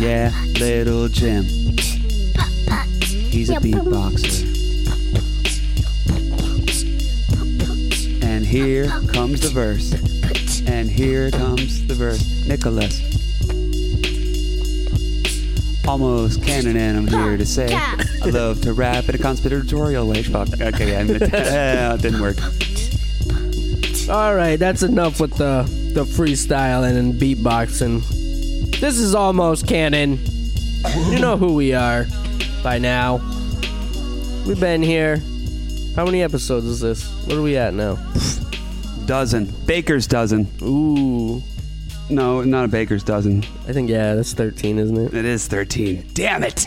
Yeah, little Jim. He's a Yeah, boom. beatboxer. And here comes the verse. And here comes the verse. Nicholas. Almost canon, and I'm here to say I love to rap in a conspiratorial way. Fuck. Okay, I admit that. it didn't work. All right, that's enough with the the freestyling and beatboxing. This is almost canon. You know who we are by now. We've been here. How many episodes is this? What are we at now? Dozen. Baker's dozen. Ooh, No, not a baker's dozen. I think yeah, that's thirteen, isn't it? It is 13. Damn it.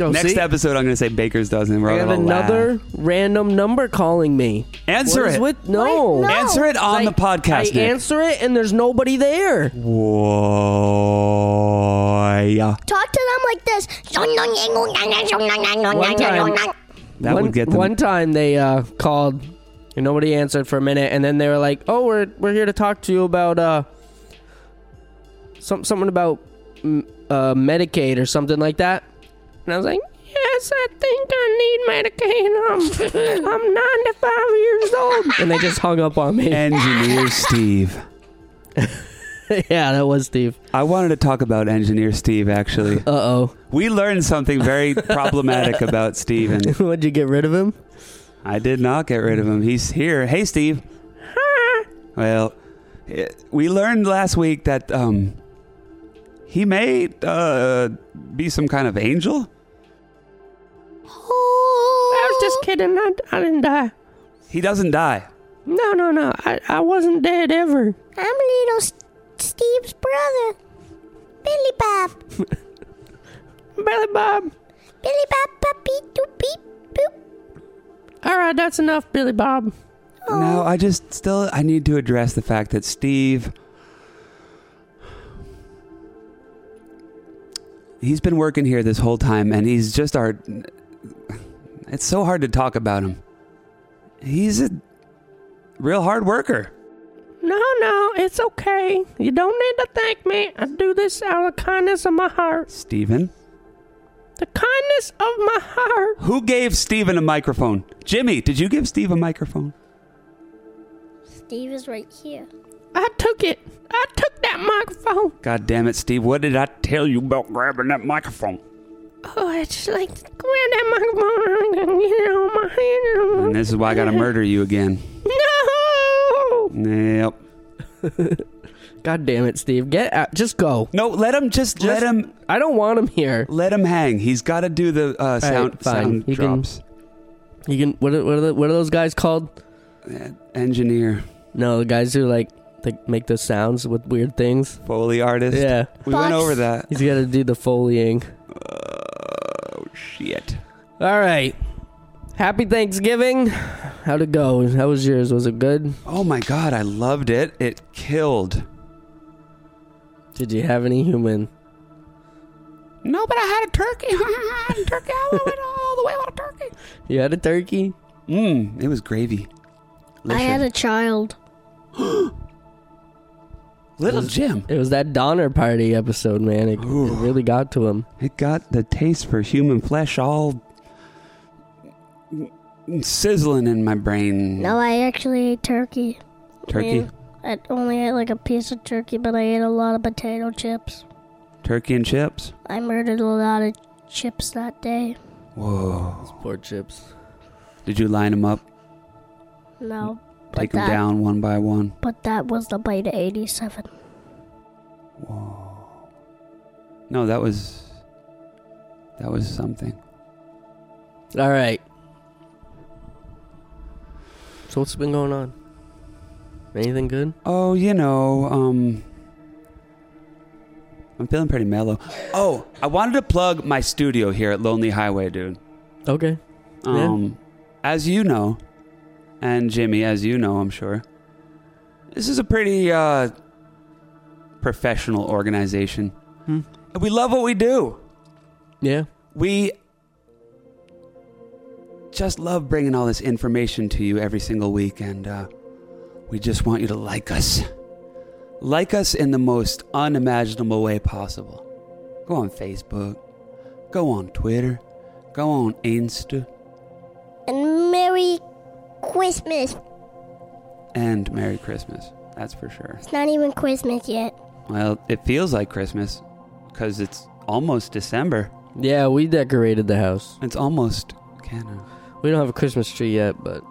Oh, Next see? episode, I'm going to say baker's dozen. We're I have gonna laugh. another random number calling me. Answer What is it. With? No. Wait, no. Answer it on I- the podcast. I Nick. answer it, and there's nobody there. Boy. Talk to them like this. One time, That one, would get them. one time they uh, called and nobody answered for a minute, and then they were like, "Oh, we're we're here to talk to you about uh, some something about mm, uh, Medicaid or something like that." And I was like, "Yes, I think I need Medicaid. I'm I'm 95 years old." And they just hung up on me. Engineer Steve. yeah, that was Steve. I wanted to talk about Engineer Steve, actually. Uh oh, We learned something very problematic about Steve, and would you get rid of him? I did not get rid of him. He's here. Hey, Steve. Well, it- we learned last week that um, he may uh, be some kind of angel. I was just kidding. I, I didn't die. He doesn't die. No, no, no. I, I wasn't dead ever. I'm little S- Steve's brother, Billy Bob. Billy Bob. Billy Bob, Bob, beep, doop, beep, boop. All right, that's enough, Billy Bob. No, I just still I need to address the fact that Steve He's been working here this whole time and he's just our It's so hard to talk about him. He's a real hard worker. No, no, it's okay. You don't need to thank me. I do this out of the kindness of my heart. Steven. The kindness of my heart. Who gave Steven a microphone? Jimmy, did you give Steve a microphone? Steve is right here. I took it. I took that microphone. God damn it, Steve, what did I tell you about grabbing that microphone? Oh, I just like to grab that microphone and get it on my hand. And this is why I gotta murder you again. No! Yep. God damn it, Steve. Get out. Just go. No, let him just let Just- him I don't want him here. Let him hang. He's got to do the uh, sound, fine. sound He can- drops. You can. What are, what, are the, what are those guys called? Engineer, No, the guys who like they make those sounds with weird things. Foley artist. Yeah. We went Box. over that. He's got to do the foleying. Oh, shit. All right. Happy Thanksgiving. How'd it go? How was yours? Was it good? Oh, my God. I loved it. It killed. Did you have any human? No, but I had a turkey. turkey. I went all the way on a turkey. You had a turkey? Mmm. It was gravy. I had a child. Little Jim. It was that Donner Party episode, man. It, it really got to him. It got the taste for human flesh all sizzling in my brain. No, I actually ate turkey. Turkey. Yeah. I only ate like a piece of turkey, but I ate a lot of potato chips. Turkey and chips. I murdered a lot of chips that day. Whoa. Poor chips. Did you line them up? No. but Take them that- down one by one? But that was the bite of 87. No, that was that was something. All right. So what's been going on? Anything good? Oh, you know, um I'm feeling pretty mellow. Oh, I wanted to plug my studio here at Lonely Highway, dude. Okay. Um as you know, and Jimmy, as you know, I'm sure. This is a pretty uh, professional organization. Hmm. And we love what we do. Yeah. We just love bringing all this information to you every single week, and uh, we just want you to like us. Like us in the most unimaginable way possible. Go on Facebook, go on Twitter, go on Insta, And Merry Christmas. and Merry Christmas. That's for sure. It's not even Christmas yet. Well, it feels like Christmas because it's almost December. Yeah, we decorated the house. It's almost canon. We don't have a Christmas tree yet, but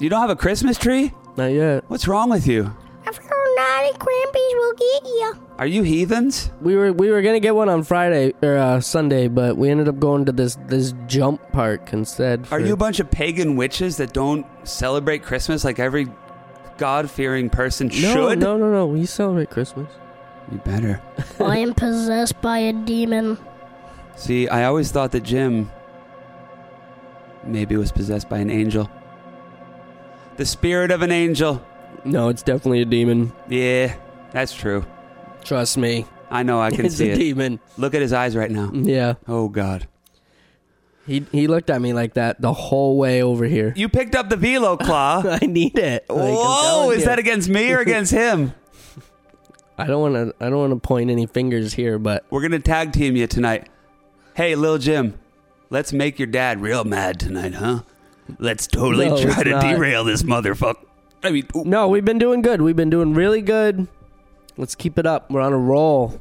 You don't have a Christmas tree? not yet. What's wrong with you? I forgot naughty crampies will get you. Are you heathens? We were we were gonna get one on Friday or uh, Sunday, but we ended up going to this this jump park instead. Are for- you a bunch of pagan witches that don't celebrate Christmas like every God fearing person no, should? No, no, no. We celebrate Christmas. You better. I am possessed by a demon. See, I always thought that Jim maybe was possessed by an angel. The spirit of an angel. No, it's definitely a demon. Yeah, that's true. Trust me. I know I can it's see a it. demon. Look at his eyes right now. Yeah. Oh, God. He he looked at me like that the whole way over here. You picked up the velo claw. I need it. Like, I'm Whoa, telling is you. that against me or against him? I don't want to. I don't want to point any fingers here, but We're gonna tag team you tonight. Hey, Lil Jim, let's make your dad real mad tonight, huh? Let's totally No, try it's to not. derail this motherfucker. I mean, ooh, no, we've been doing good. We've been doing really good. Let's keep it up. We're on a roll.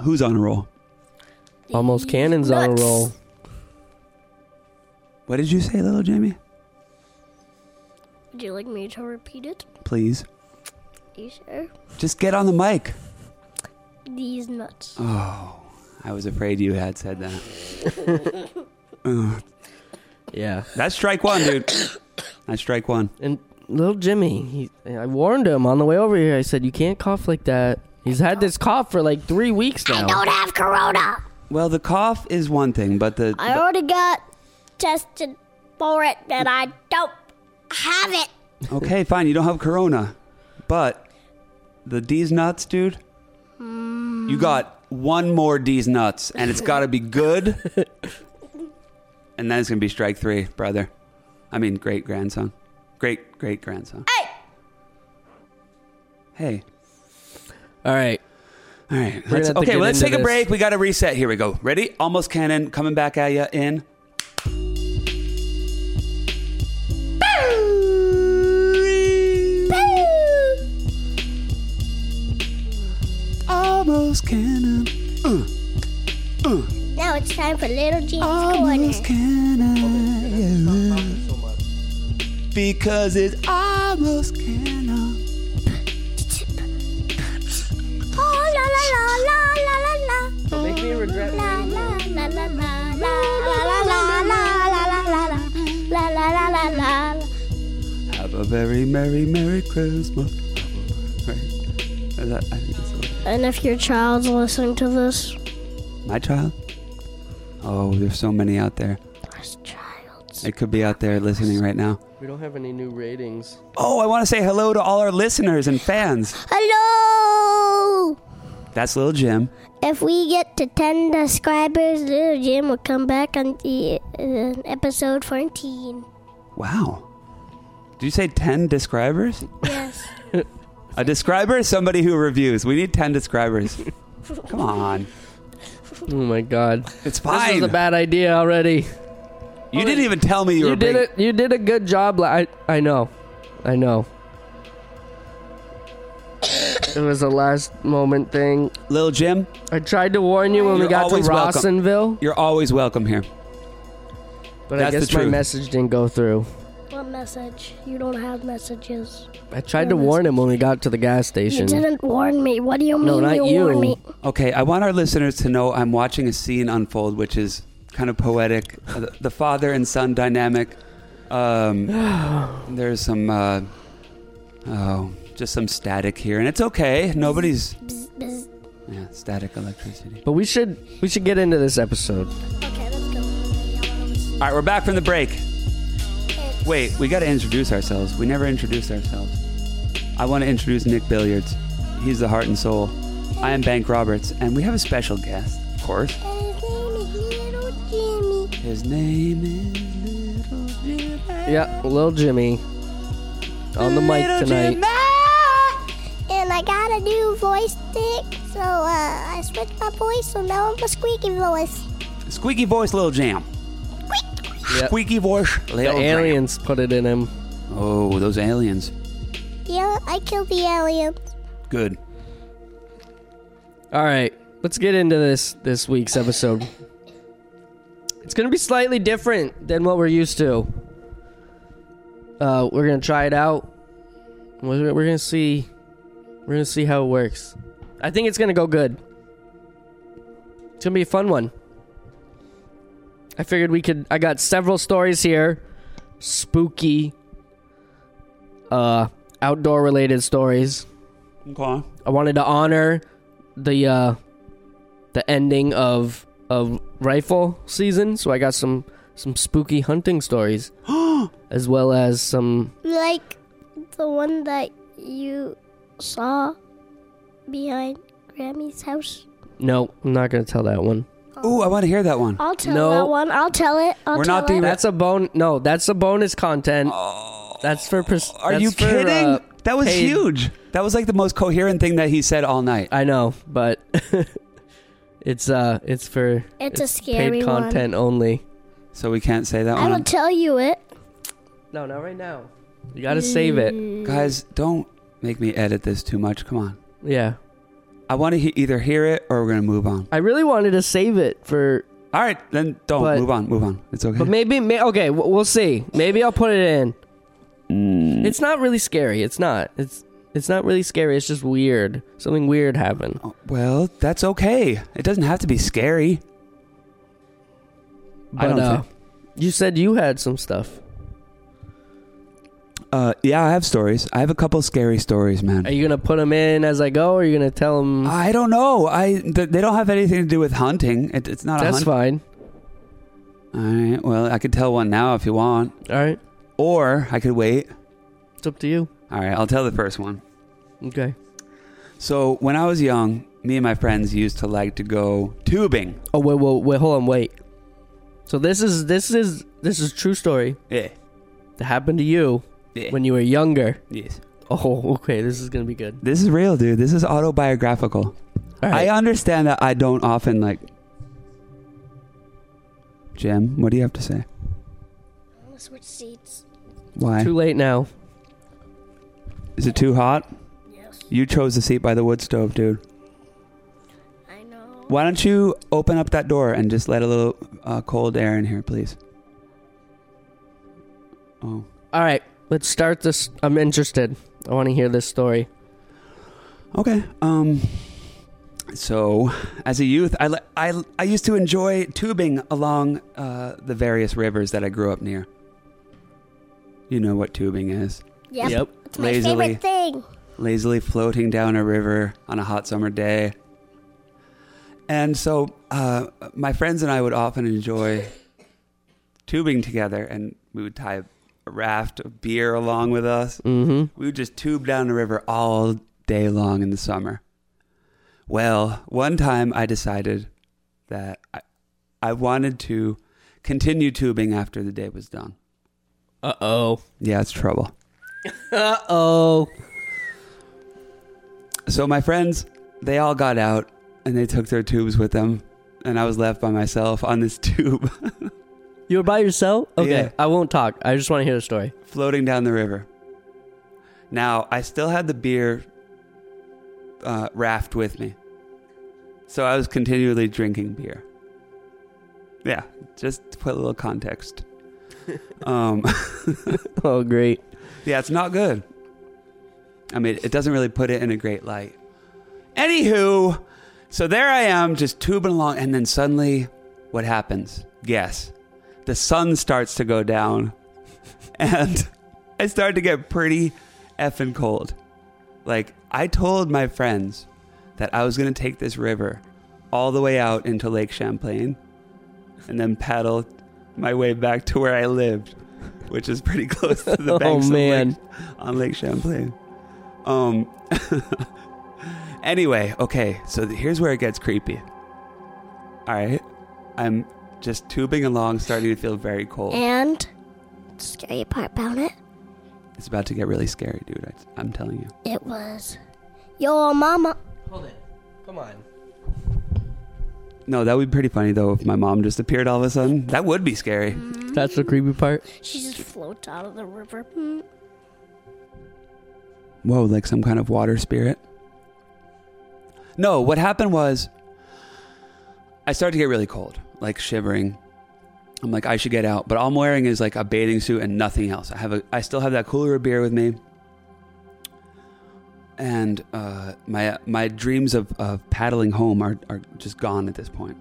who's on a roll? Almost cannons on a Nuts. roll. What did you say, Lil Jimmy? Would you like me to repeat it? Please, You sure? just get on the mic. These nuts. Oh, I was afraid you had said that. Ugh. Yeah. That's strike one, dude. That's strike one. And little Jimmy, he, I warned him on the way over here. I said, "You can't cough like that." He's had this cough for like three weeks I now. don't have corona. Well, the cough is one thing, but the, I already got tested for it, and I don't have it. okay, fine, you don't have corona, but the D's nuts, dude. You got one more D's nuts, and it's got to be good. and then it's gonna be strike three, brother. I mean, great grandson, great great grandson. Hey! Hey. All right. All right. We're let's- gonna have to okay, get well, let's into take a this. break. We got to reset. Here we go. Ready? Almost cannon coming back at you in. Almost cannon. Uh, uh, Now it's time for Little James Corner. almost cannon. Because it's almost cannon. Oh, la la la la la la la. Make me regret. La la la la la la la la la la la la la. La la la la la. Have a very merry, merry Christmas. Right? Is that- I think that's the one. And if your child's listening to this, My child? Oh, there's so many out there. this child's. It could be out there listening right now. We don't have any new ratings. Oh, I want to say hello to all our listeners and fans. Hello! That's Lil Jim. If we get to 10 subscribers, Little Jim will come back on the uh, episode 14. Wow. Did you say 10 describers? Yes. A describer is somebody who reviews. We need 10 describers. Come on. Oh my god. It's This fine. is a bad idea already. you didn't even tell me you, You were did big. it. You did a good job. la- I I know, I know. It was a last moment thing. Lil Jim, I tried to warn you when You're we got to always welcome. Rossonville, you're always welcome here. but That's I the guess my truth. message didn't go through. What message? You don't have messages. I tried to warn him when we got to the gas You station. didn't warn me. What do you mean No, not you, you. warned me? Okay, I want our listeners to know I'm watching a scene unfold, which is kind of poetic. Uh, the- the father and son dynamic. Um, there's some, uh, oh, just some static here, and it's okay. Nobody's Bzz, bzz. yeah, static electricity. But we should we should get into this episode. Okay, let's go. All right, we're back from the break. Wait, we got to introduce ourselves. We never introduced ourselves. I want to introduce Nick Billiards. He's the heart and soul. I am Bank Roberts, and we have a special guest, of course. His name is Little Jimmy. His name is Little Jimmy. Yeah, Lil Jimmy on the mic Little tonight. Jimmy. Ah! And I got a new voice stick, so uh, I switched my voice, so now I'm a squeaky voice. Squeaky voice, Little Jam. Yep. Squeaky voice, The Little Jam. aliens put it in him. Oh, those aliens. Yeah, I killed the alien. Good. All right, let's get into this this week's episode. It's gonna be slightly different than what we're used to. Uh, we're gonna try it out. We're, we're gonna see. We're gonna see how it works. I think it's gonna go good. It's gonna be a fun one. I figured we could. I got several stories here, spooky, uh, outdoor related stories. Okay. I wanted to honor the uh, the ending of of rifle season, so I got some some spooky hunting stories, as well as some Like the one that you saw behind Grammy's house. no, I'm not gonna tell that one. Ooh, I want to hear that one. I'll tell No. that one. I'll tell it. I'll We're tell not doing it. that. That's a bone. No, that's a bonus content. that's for. Pres- Oh, Are that's you for, kidding? uh, that was paid- huge. That was like the most coherent thing that he said all night. I know, but it's uh, it's for It's a scary paid one. content only. So we can't say that I will one. tell you it. No, not right now. You gotta save Mm. it. Guys, don't make me edit this too much. Come on. Yeah, I want to he- either hear it or we're going to move on. I really wanted to save it for All right, then don't. But- move on. Move on. It's okay. But maybe, may, okay, w- we'll see. Maybe I'll put it in. It's not really scary. It's not. It's it's not really scary. It's just weird. Something weird happened. Oh, well, that's okay. It doesn't have to be scary. But I don't uh, thi- you said you had some stuff. Uh, yeah, I have stories. I have a couple scary stories, man. Are you gonna put them in as I go, or are you gonna tell them? I don't know. I th- they don't have anything to do with hunting. It, it's not That's a hunt. fine. All right. Well, I could tell one now if you want, All right, or I could wait. it's up to you. All right, I'll tell the first one. Okay. So when I was young, me and my friends used to like to go tubing. Oh wait, wait, wait. Hold on, wait. So this is this is this is true story Yeah. that happened to you Yeah. when you were younger. yes. Oh, okay. This is gonna be good. This is real, dude. This is autobiographical. All I right. understand that I don't often like. Jim, what do you have to say? I'm gonna switch seats. Why Too late now. is it too hot? Yes, You chose the seat by the wood stove, dude. I know. Why don't you open up that door and just let a little uh, cold air in here, please? Oh. All right, let's start this. I'm interested. I want to hear this story. Okay. Um. So, as a youth, I, li- I, I used to enjoy tubing along uh, the various rivers that I grew up near. You know what tubing is. Yep. Yep. It's my Lazily. favorite thing. lazily floating down a river on a hot summer day. And so uh, my friends and I would often enjoy tubing together, and we would tie a raft of beer along with us. Mm-hmm. We would just tube down the river all day long in the summer. Well, one time I decided that I, I wanted to continue tubing after the day was done. Uh oh. Yeah, it's trouble. Uh oh. So my friends, they all got out and they took their tubes with them, and I was left by myself on this tube You were by yourself? Okay. Yeah. I won't talk. I just want to hear the story. floating down the river. Now I still had the beer uh, raft with me, so I was continually drinking beer. Yeah, just to put a little context. um, Oh, great. yeah, it's not good. I mean, it doesn't really put it in a great light. Anywho, so there I am, just tubing along, and then suddenly, what happens? Guess. The sun starts to go down, and I start to get pretty effing cold. Like, I told my friends that I was gonna take this river all the way out into Lake Champlain and then paddle my way back to where I lived. which is pretty close to the Oh, banks Of man. Lake, on Lake Champlain. Um. anyway, okay, so th- here's where it gets creepy. All right, I'm just tubing along, starting to feel very Eh. cold. And scary part about it, It's about to get really scary, dude. I, I'm telling you. it was your mama. Hold it. Come on. No, that would be pretty funny though if my mom just appeared all of a sudden. That would be scary. That's the creepy part. She just floats out of the river. Whoa, like some kind of water spirit. No, what happened was I started to get really cold, like shivering. I'm like, I should get out, but all I'm wearing is like a bathing suit and nothing else. I have a, I still have that cooler of beer with me, and uh, my my dreams of, of paddling home are are just gone at this point.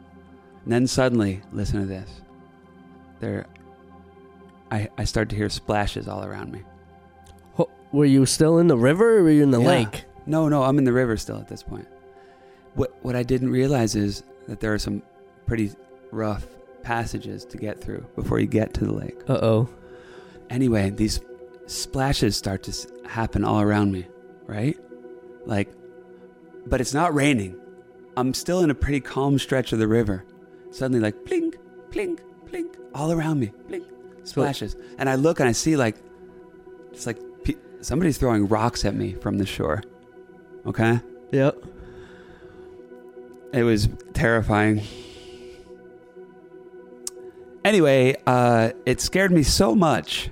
And then suddenly, listen to this. There, I I start to hear splashes all around me. Ho- Were you still in the river or were you in the Yeah. lake? No, no, I'm in the river still at this point. What what I didn't realize is that there are some pretty rough passages to get through before you get to the lake. Uh oh. Anyway, these splashes start to s- happen all around me, right? Like but it's not raining. I'm still in a pretty calm stretch of the river. Suddenly like plink, plink, plink all around me. Plink. Splashes. And I look and I see like it's like pe- somebody's throwing rocks at me from the shore. Okay? Yep. It was terrifying. Anyway, uh, it scared me so much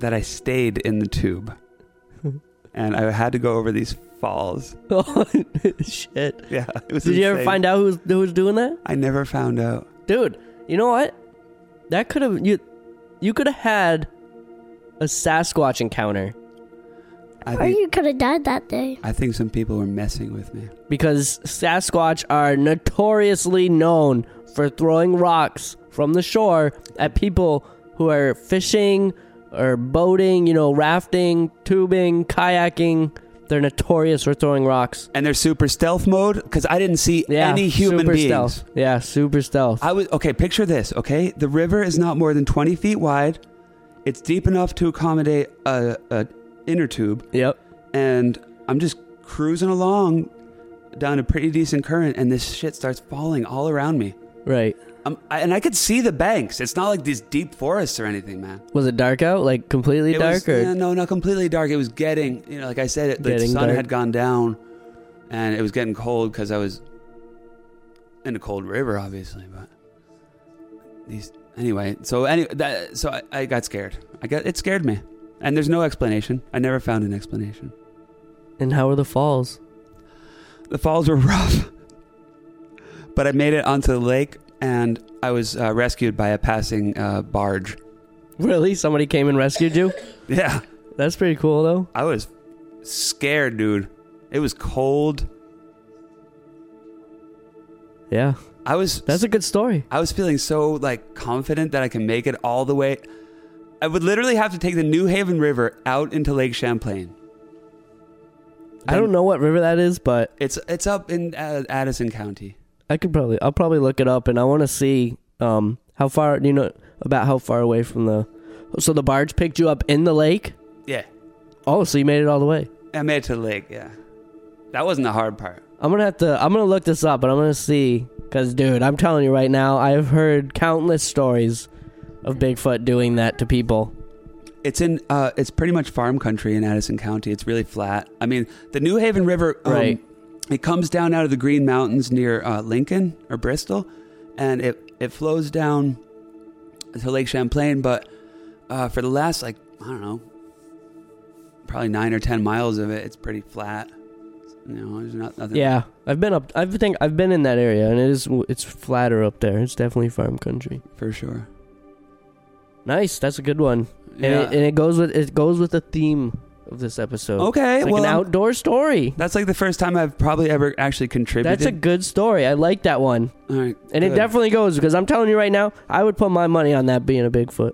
that I stayed in the tube. and I had to go over these falls. Oh shit. Yeah. It was Did you ever insane. find out who's who was doing that? I never found out. Dude, you know what? That could have you you could have had a Sasquatch encounter I Or think, you could have died that day. I think some people were messing with me. because Sasquatch are notoriously known for throwing rocks from the shore at people who are fishing or boating, you know, rafting, tubing, kayaking. They're notorious for throwing rocks. And they're super stealth mode because I didn't see Yeah, any human super beings. stealth. Yeah, super stealth. I was okay. Picture this. Okay, the river is not more than twenty feet wide. It's deep enough to accommodate a, a inner tube, yep. and I'm just cruising along down a pretty decent current, and this shit starts falling all around me. Right. Um, I, and I could see the banks. It's not like these deep forests or anything, man. Was it dark out? Like completely It dark was, or yeah, no, not completely dark. It was getting, you know, like I said, it, the Getting sun dark. had gone down, and it was getting cold because I was in a cold river, obviously. But these, anyway. So any, that, so I, I got scared. I got it scared me, and there's no explanation. I never found an explanation. and how were the falls? The falls were rough, but I made it onto the lake, and I was uh, rescued by a passing uh, barge. Really? Somebody came and rescued you? Yeah. That's pretty cool though. I was scared, dude. It was cold. Yeah. I was That's a good story. I was feeling so like confident that I can make it all the way. I would literally have to take the New Haven River out into Lake Champlain. I don't know what river that is, but It's it's up in uh, Addison County. I could probably I'll probably look it up and I want to see um how far you know about how far away from the so the barge picked you up in the lake. Yeah, Oh, so you made it all the way. I made it to the lake. Yeah, that wasn't the hard part. I'm gonna have to. I'm gonna look this up, and I'm gonna see. Cause, dude, I'm telling you right now, I've heard countless stories of Bigfoot doing that to people. It's in uh, it's pretty much farm country in Addison County. It's really flat. I mean, the New Haven River, um, Right. It comes down out of the Green Mountains near uh, Lincoln or Bristol, and it it flows down to Lake Champlain. But uh, for the last like I don't know, probably nine or ten miles of it, it's pretty flat. You know, there's not nothing. Yeah, I've been up. I think I've been in that area, and it is. It's flatter up there. It's definitely farm country. for sure. Nice. That's a good one. And, Yeah. it, and it goes with it goes with the theme of this episode. okay. It's like well, an I'm- outdoor story. that's like the first time I've probably ever actually contributed. That's a good story. I like that one. All right, And it good. definitely goes because I'm telling you right now, I would put my money on that being a Bigfoot.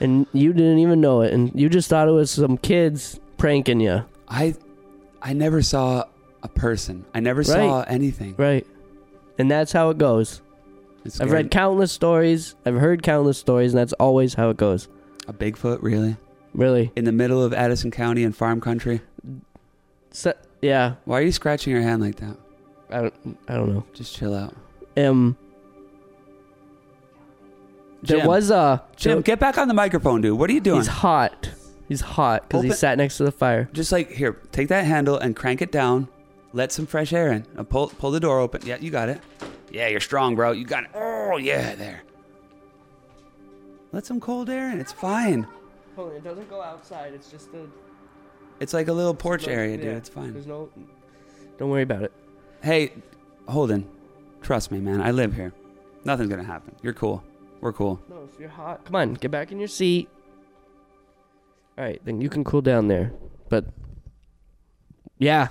And you didn't even know it. And you just thought it was some kids pranking you. I I never saw a person. I never saw anything. Right. And that's how it goes. It's I've read countless stories. I've heard countless stories, and that's always how it goes. A Bigfoot, really? Really? In the middle of Addison County in farm country? So, yeah. Why are you scratching your hand like that? I don't. I don't Just chill out. know. Um. There Jim. was a Jim, get back on the microphone, dude. What are you doing? He's hot. He's hot because he Open- sat next to the fire. Just like here, take that handle and crank it down. Let some fresh air in. Uh, pull, pull the door open. Yeah, you got it. Yeah, you're strong, bro. You got it. Oh yeah, there. Let some cold air in. It's fine. Hold on, it doesn't go outside. It's just the It's like a little porch area, dude. It's fine. no. Don't worry about it. Hey, Holden, trust me, man. I live here. Nothing's gonna happen. You're cool. We're cool. No, if you're hot, come on, get back in your seat. All right, then you can cool down there. But yeah,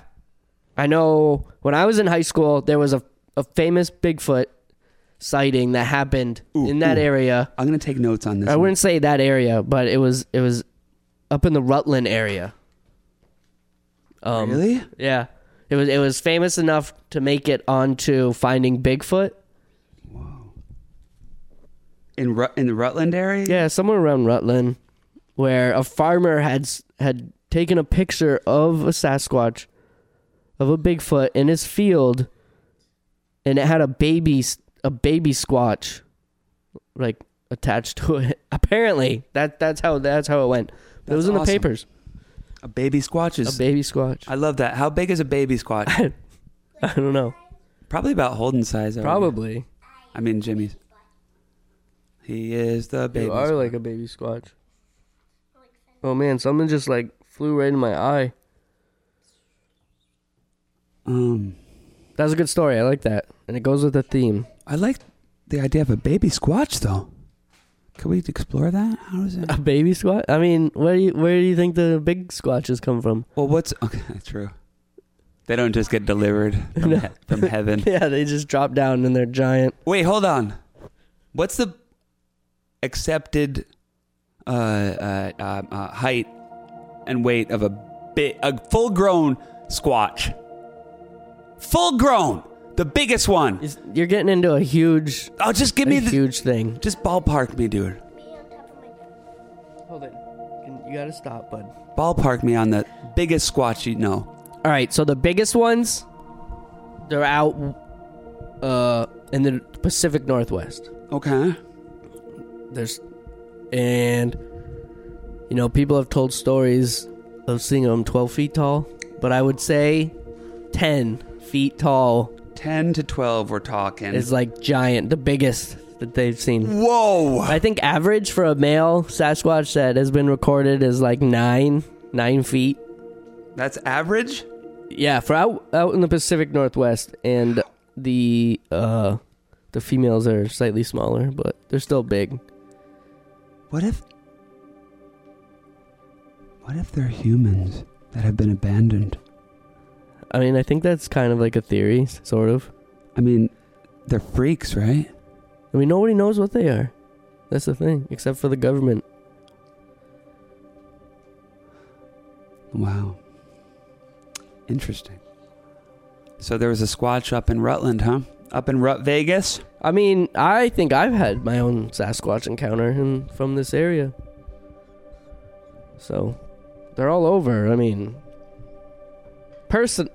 I know when I was in high school, there was a a famous Bigfoot sighting that happened Ooh, in that ooh. area. I'm gonna take notes on this. I one. wouldn't say that area, but it was it was up in the Rutland area. Um, really? Yeah, it was it was famous enough to make it onto Finding Bigfoot. In Ru- in the Rutland area? Yeah, somewhere around Rutland, where a farmer had s- had taken a picture of a Sasquatch, of a Bigfoot in his field, and it had a baby s- a baby Squatch, like attached to it. Apparently, that that's how that's how it went. But it That's was in the awesome. papers. A baby squatch A is. baby Squatch. I love that. How big is a baby squatch? I, don't know. Probably about Holden's size. I would guess. Probably. I mean Jimmy's. He is the baby. You are squatch. like a baby Squatch. Oh man, someone just like flew right in my eye. um, That was a good story. I like that, and it goes with the theme. I like the idea of a baby squatch though. Can we explore that? How is it? A baby squatch? I mean, where do you where do you think the big squatches come from? Well, what's okay? True. They don't just get delivered from, No. he- from heaven. Yeah, they just drop down and they're giant. Wait, hold on. What's the accepted uh, uh, uh, uh, height and weight of a bit a full grown squatch? Full grown, the biggest one. It's- You're getting into a huge, Oh, just give a me the huge thing. just ballpark me, dude. Hold it. You gotta stop, bud. Ballpark me on the biggest squatch you know. All right, so the biggest ones, they're out, uh, in the Pacific Northwest. Okay. There's, and, you know, people have told stories of seeing them 12 feet tall, but I would say 10 feet tall Ten to twelve, we're talking. is like giant, the biggest that they've seen. Whoa! I think average for a male Sasquatch that has been recorded is like nine, nine feet. That's average. Yeah, for out out in the Pacific Northwest, and the uh, the females are slightly smaller, but they're still big. What if? What if they're humans that have been abandoned? I mean, I think that's kind of like a theory, s- sort of. I mean, they're freaks, right? I mean, nobody knows what they are. That's the thing, except for the government. Wow. Interesting. So there was a squatch up in Rutland, huh? Up in Rut Vegas. I mean, I think I've had my own Sasquatch encounter in, from this area. So, they're all over. I mean, person,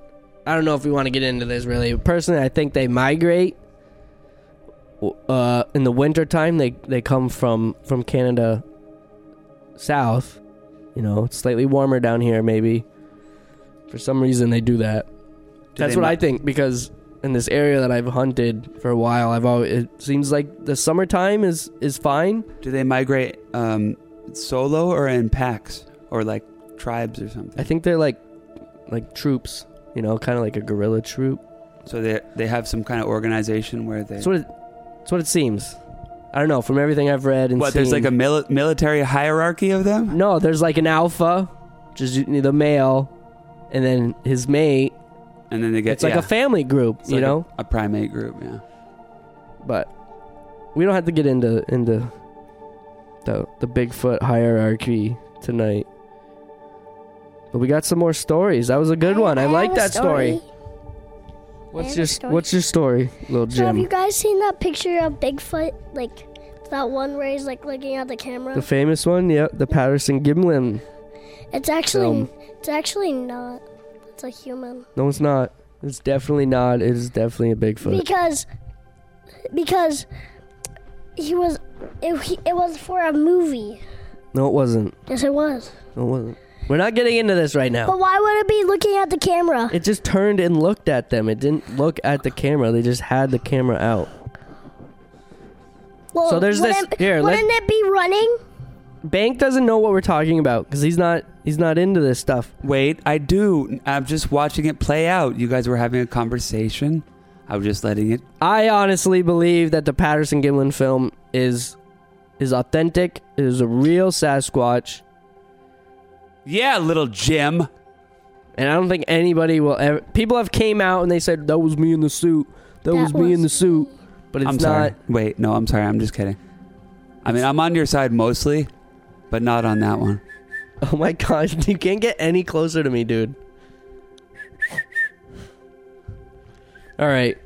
I don't know if we want to get into this really. but Personally, I think they migrate. W- Uh, in the wintertime, they, they come from, from Canada south. You know, it's slightly warmer down here, maybe. For some reason, they do that. Do That's they what mi- I think because in this area that I've hunted for a while, I've always it seems like the summertime is is fine. Do they migrate um, solo or in packs or like tribes or something? I think they're like like troops, you know, kind of like a guerrilla troop. So they they have some kind of organization where they. That's what it, that's what it seems. I don't know from everything I've read and what? There's seen. like a mili- military hierarchy of them. no, there's like an alpha, just the male, and then his mate. And then they get It's like yeah. a family group, It's you like a- know. a primate group. Yeah. but we don't have to get into into the the Bigfoot hierarchy tonight. But we got some more stories. That was a good one. I, like have a that story. I What's have your a story. What's your story, little So have you Jim? guys seen that picture of Bigfoot, like That one where he's like looking at the camera. The famous one, yeah, the Patterson Gimlin. it's actually film. it's actually not. It's a human No, it's not. It's definitely not. It is definitely a Bigfoot. because because he was it, he, it was for a movie. No, it wasn't. Yes, it was. No, it wasn't. We're not getting into this right now. But why would it be looking at the camera? It just turned and looked at them. It didn't look at the camera. They just had the camera out. Well, so there's this- wouldn't- here, let- wouldn't it be running? Bank doesn't know what we're talking about because he's not he's not into this stuff. Wait, I do. I'm just watching it play out. You guys were having a conversation. I was just letting it. I honestly believe that the Patterson Gimlin film is is authentic. It is a real Sasquatch, Yeah, little Jim. and I don't think anybody will ever. People have came out and they said that was me in the suit. That, was, me in the suit. But it's I'm not. sorry. Wait, no, I'm sorry. I'm just kidding. I mean, I'm on your side mostly, but not on that one. Oh my gosh, you can't get any closer to me, dude. All right.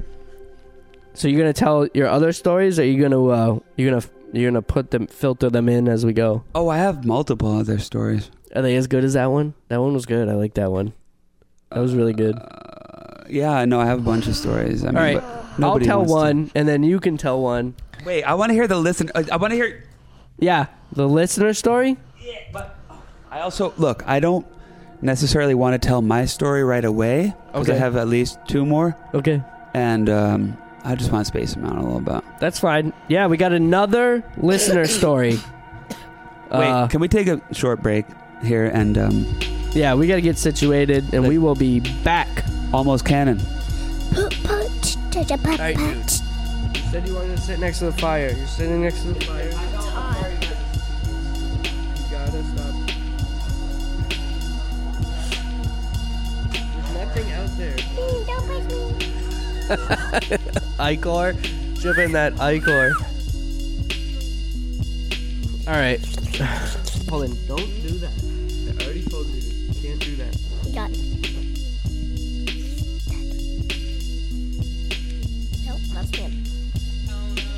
So you're gonna tell your other stories, or you gonna uh, you're gonna you're gonna put them filter them in as we go. Oh, I have multiple other stories. Are they as good as that one? That one was good. I like that one. That was really good. Uh, Yeah, no, I have a bunch of stories. I mean, All right, but I'll nobody tell wants to- one, and then you can tell one. Wait, I want to hear the listen. uh, I want to hear. Yeah, the listener story. Yeah, but I also look. I don't necessarily want to tell my story right away because I Okay. have at least two more, Okay, and um, I just want to space them out a little bit. that's fine. Yeah, we got another listener story. Wait, Uh, can we take a short break here and um, yeah, we got to get situated, and we will be back. almost canon? Put, put, touch a butt, Alright, butt. Said you wanted to sit next to the fire. You're sitting next to the fire. You gotta stop. There's nothing out there. Don't push me. Icor, dripping that Icor. All right. Hold on. Don't do that. I already told you. You can't do that. You got it. Nope, that's good.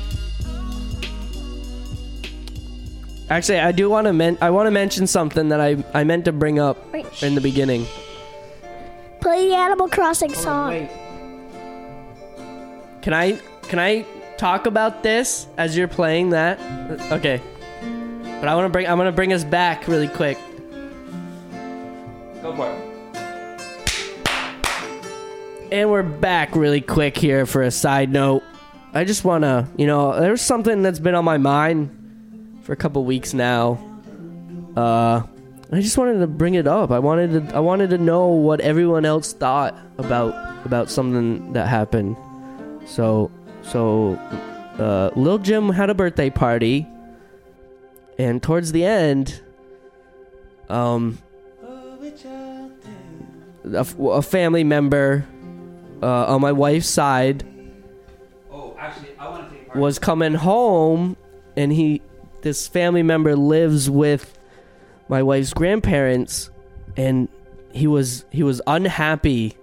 Actually, I do want to men- I want to mention something that I I meant to bring up Wait, in the beginning. play the Animal Crossing song. Wait. Can I can I talk about this as you're playing that? Okay. But I want to bring I'm going to bring us back really quick. Go for it. And we're back really quick here for a side note. I just want to, you know, there's something that's been on my mind for a couple weeks now. Uh I just wanted to bring it up. I wanted to I wanted to know what everyone else thought about about something that happened. So so uh Lil Jim had a birthday party and towards the end um a, f- a family member uh, on my wife's side Oh, actually, I want to take. was coming home and he this family member lives with my wife's grandparents and he was he was unhappy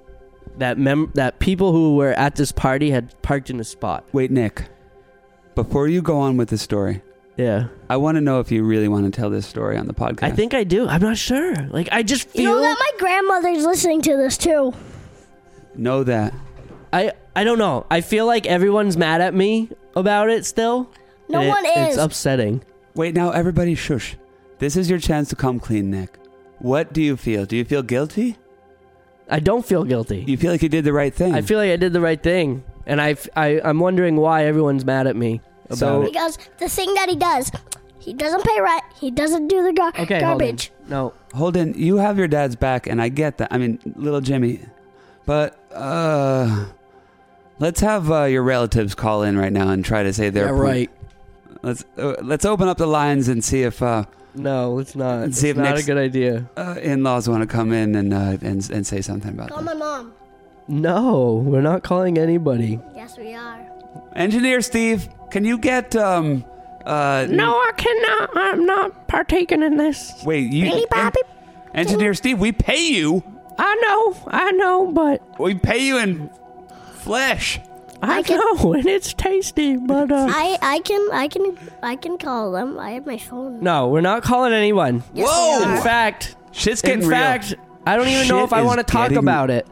that mem- that people who were at this party had parked in a spot Wait, Nick. Before you go on with the story, yeah I want to know if you really want to tell this story on the podcast. i think i do i'm not sure like i just You feel know that my grandmother's listening to this too. know that. i i don't know i feel like everyone's mad at me about it still No And it- one is. it's upsetting Wait, now everybody, shush. This is your chance to come clean, Nick. What do you feel? Do you feel guilty? i don't feel guilty Do you feel like you did the right thing? I feel like I did the right thing, and I, I am wondering why everyone's mad at me about So- it. Because the thing that he does, he doesn't pay rent. He doesn't do the gar- Okay, hold on. garbage. No, Holden, you have your dad's back, and I get that. I mean, little Jimmy, but uh, let's have uh, your relatives call in right now and try to say their yeah, point. right. Let's uh, let's open up the lines and see if uh, No, it's not. Let's see it's if not next- a good idea. uh, in-laws want to come in and uh, and and say something about Call that. my mom. No, we're not calling anybody. Yes, we are. Engineer Steve, can you get um uh I cannot. I'm not partaking in this. wait you Billy Bobby. Engineer Steve, we pay you. I know, I know, but We pay you in flesh. I, can- know, and it's tasty, but uh, I I can I can I can call them. I have my phone. no, we're not calling anyone. Yes, Whoa! we In are. fact, Shit's getting in real. fact, I don't even know Shit if I is want to talk getting- about it.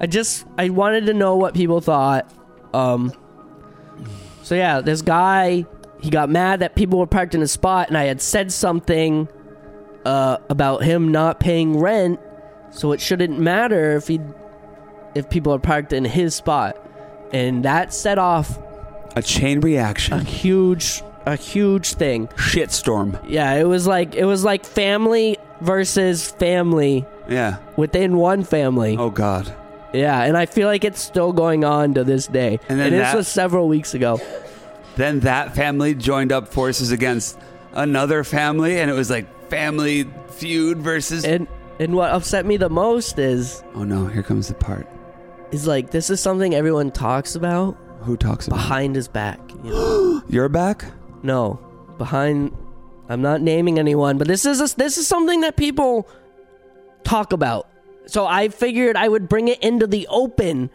I just I wanted to know what people thought. Um. So yeah, this guy he got mad that people were parked in his spot, and I had said something uh, about him not paying rent, so it shouldn't matter if he if people are parked in his spot, and that set off A chain a reaction. huge a huge thing. Shitstorm. Yeah, it was like it was like family versus family Yeah. within one family. Oh God. Yeah, and I feel like it's still going on to this day. And And, then this that- was several weeks ago. Then that family joined up forces against another family, and it was like family feud versus. And and what upset me the most is oh no! Here comes the part. is like this is something everyone talks about Who talks about behind his back. You know? your back? no, behind. I'm not naming anyone, but this is a, this is something that people talk about. So I figured I would bring it into the open.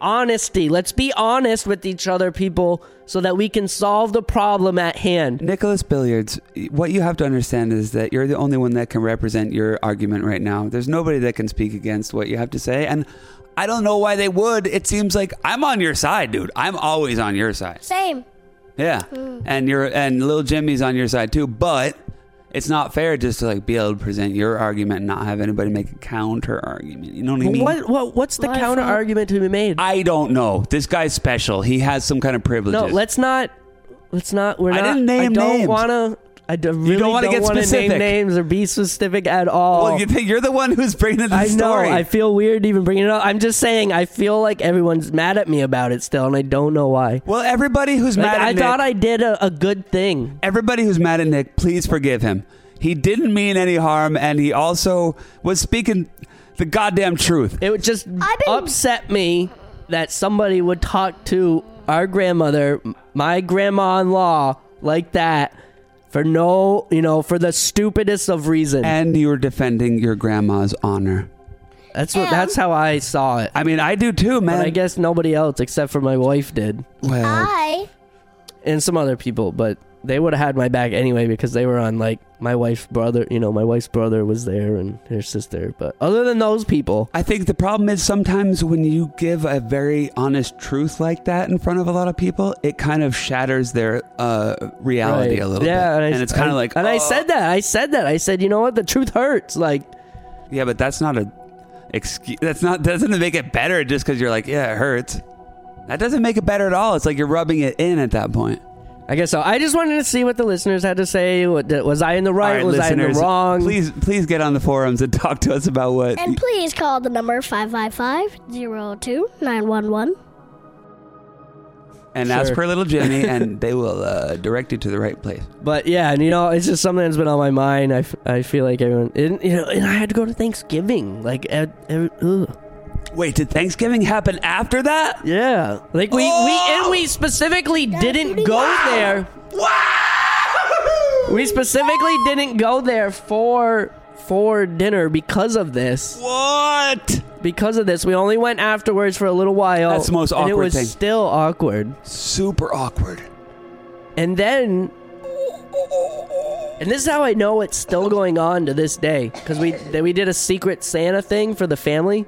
Honesty. Let's be honest with each other, people, so that we can solve the problem at hand. Nicholas Billiards, what you have to understand is that you're the only one that can represent your argument right now. There's nobody that can speak against what you have to say, and I don't know why they would. It seems like I'm on your side, dude. I'm always on your side. Same. Yeah, and you're and little Jimmy's on your side too. But it's not fair just to like be able to present your argument and not have anybody make a counter argument. You know what I mean? What, what what's the Life counter hack. argument to be made? I don't know. This guy's special. He has some kind of privileges. no, let's not. Let's not. We're I not. didn't name I don't names. wanna. I d- really don't wanna want get specific. name names or be specific at all. Well, you think you're the one who's bringing it to the I know. story. I feel weird even bringing it up. I'm just saying. I feel like everyone's mad at me about it still, and I don't know why. well, everybody who's Like, mad at I Nick, thought I did a, a good thing. everybody who's mad at Nick, please forgive him. He didn't mean any harm, and he also was speaking the goddamn truth. It would just been- upset me that somebody would talk to our grandmother, m- my grandma in law, like that for no, you know, for the stupidest of reasons. And you were defending your grandma's honor. That's what. That's how I saw it. I mean, I do too, man. But I guess nobody else except for my wife did, Well, I and some other people. But they would have had my back anyway because they were on like my wife's brother. You know, my wife's brother was there and her sister. But other than those people, I think the problem is sometimes when you give a very honest truth like that in front of a lot of people, it kind of shatters their uh, reality Right. a little yeah, bit. And, I, it's kind of I- like, and I oh. said that. I said that. I said, you know what? The truth hurts. Like, yeah, but that's not a excuse. That's not doesn't it make it better just because you're like, yeah, it hurts. That doesn't make it better at all. It's like you're rubbing it in at that point. I guess so. I just wanted to see what the listeners had to say. What, was I in the right? All right, was I in the listeners, wrong? Please, please get on the forums and talk to us about what. and please call the number 555-02-911. and ask Sure. for little Jimmy, and they will uh, direct you to the right place. But yeah, and you know, it's just something that's been on my mind. I, f- I feel like everyone, and, you know, and I had to go to Thanksgiving. Like, ev- ev- ugh. Wait, did Thanksgiving happen after that? yeah, like we we and we specifically didn't go there. Wow! We specifically didn't go there for for dinner because of this. What? Because of this, we only went afterwards for a little while. That's the most and it awkward was thing. still awkward. Super awkward. And then And this is how I know it's still going on to this day cuz we that we did a secret Santa thing for the family.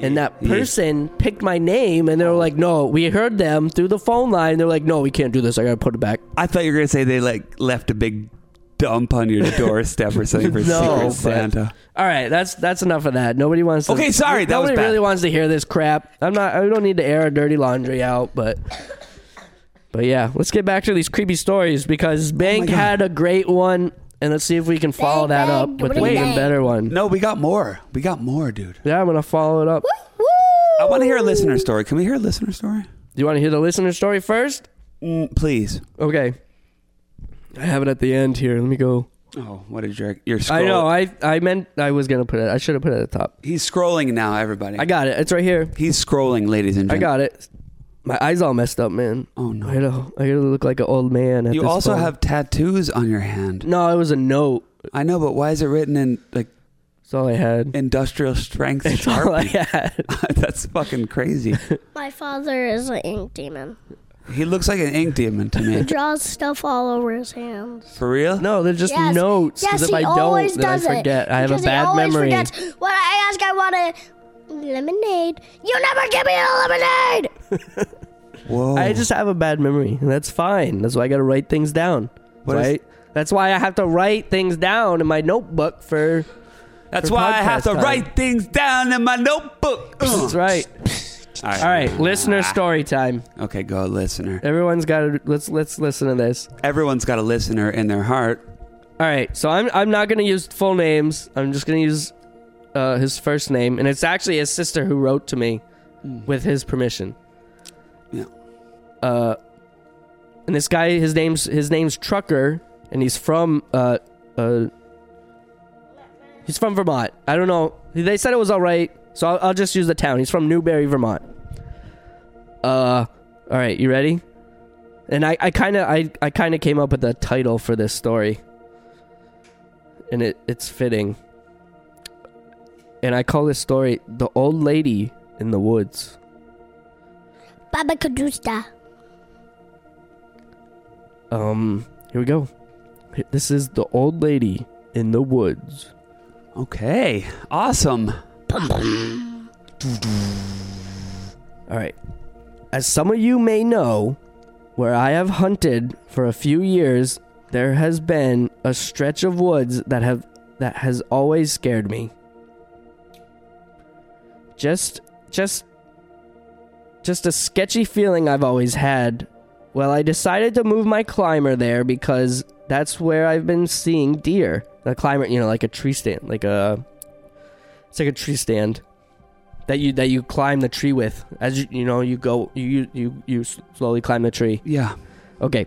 And that Yeah. person picked my name and they were like, "No, we heard them through the phone line." They're like, "No, we can't do this. I got to put it back." I thought you were gonna say they like left a big dump on your doorstep or something for No, Secret but- Santa. All right, that's that's enough of that. Nobody wants to Okay, sorry, that was Nobody bad. really wants to hear this crap. I'm not I don't need to air our dirty laundry out, but But yeah, let's get back to these creepy stories because Bank Oh God. had a great one and let's see if we can follow Bank, that up Bank, with an wait. even better one. No, we got more. We got more, dude. Yeah, I'm gonna follow it up. Woo! I want to hear a listener story. Can we hear a listener story? Do you want to hear the listener story first? Mm, please. Okay, I have it at the end here. Let me go. Oh, what a jerk! You're. Scroll- I know. I I meant I was gonna put it. I should have put it at the top. He's scrolling now, everybody. I got it. It's right here. He's scrolling, ladies and I gentlemen. got it. My eyes all messed up, man. Oh, no. I know. I gotta look like an old man. At You this also phone. have tattoos on your hand. No, it was a note. I know, but why is it written in like That's all I had. industrial strength That's all I sharpie. had. That's fucking crazy. My father is an ink demon. He looks like an ink demon to He me. draws stuff all over his hands. For real? No, they're just Yes. notes. Yes, Because if he I don't, always then I does it. forget. I have a Because he bad always memory. Forgets. When I ask, I want a lemonade. You never give me a lemonade. Whoa. I just have a bad memory. and That's fine. That's why I got to write things down. What is- right? That's why I have to write things down in my notebook for. That's for why I have podcast to time. write things down in my notebook. That's right. All right. All right, Ah. listener story time. Okay, go listener. Everyone's got to let's let's listen to this. Everyone's got a listener in their heart. All right, so I'm I'm not gonna use full names. I'm just gonna use uh, his first name, and it's actually his sister who wrote to me with his permission. Yeah. Uh, and this guy, his name's his name's Trucker, and he's from uh uh. He's from Vermont. I don't know. They said it was all right, so I'll, I'll just use the town. He's from Newberry, Vermont. Uh, all right, you ready? And I, I kind of, I, I kind of came up with the title for this story and it, it's fitting. And I call this story The Old Lady in the Woods. Baba Kadusta. Um, here we go. This is The Old Lady in the Woods. Okay, awesome. All right. As some of you may know, where I have hunted for a few years, there has been a stretch of woods that have that has always scared me. Just just just a sketchy feeling I've always had. Well, I decided to move my climber there because that's where I've been seeing deer. The climber, you know, like a tree stand, like a it's like a tree stand that you that you climb the tree with as you you know you go you you you, you s- slowly climb the tree Yeah. okay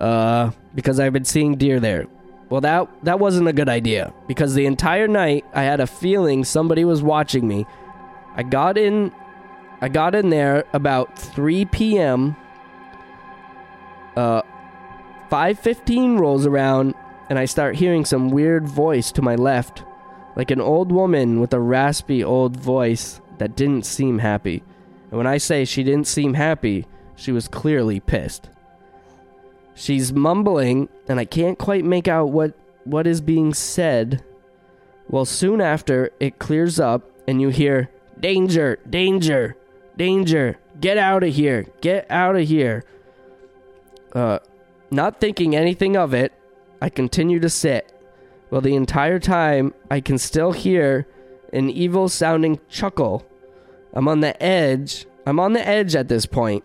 uh because i've been seeing deer there well that that wasn't a good idea because the entire night i had a feeling somebody was watching me i got in i got in there about 3 p.m uh 515 rolls around and i start hearing some weird voice to my left like an old woman with a raspy old voice that didn't seem happy. And when I say she didn't seem happy, she was clearly pissed. She's mumbling, and I can't quite make out what, what is being said. Well, soon after, it clears up, and you hear, Danger, danger, danger, get out of here, get out of here. Uh, not thinking anything of it, I continue to sit. Well, the entire time, I can still hear an evil sounding chuckle. I'm on the edge. I'm on the edge at this point.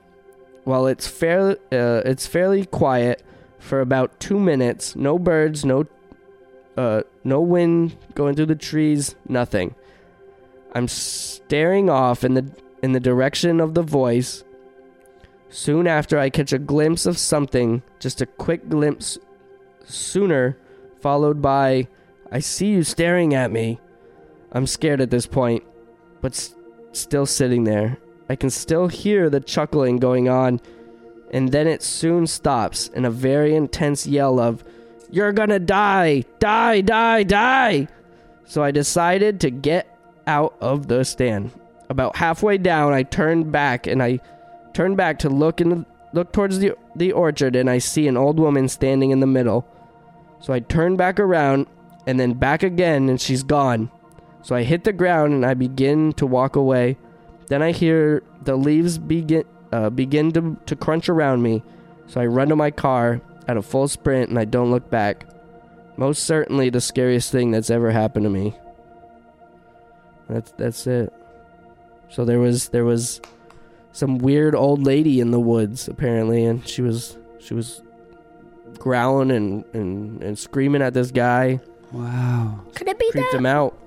While it's fair, uh, it's fairly quiet for about two minutes. No birds, no, uh, no wind going through the trees. Nothing. I'm staring off in the in the direction of the voice. Soon after, I catch a glimpse of something. Just a quick glimpse. Sooner followed by, I see you staring at me. I'm scared at this point, but s- still sitting there. I can still hear the chuckling going on, and then it soon stops in a very intense yell of, You're gonna die! Die, die, die! So I decided to get out of the stand. About halfway down, I turned back and I turned back to look in look towards the the orchard and I see an old woman standing in the middle. So I turn back around and then back again, and she's gone. So I hit the ground and I begin to walk away. Then I hear the leaves begin uh, begin to, to crunch around me. So I run to my car at a full sprint and I don't look back. Most certainly the scariest thing that's ever happened to me. That's that's it. So there was there was some weird old lady in the woods apparently, and she was she was growling and, and, and screaming at this guy. Wow. Could it be Creeped that him out.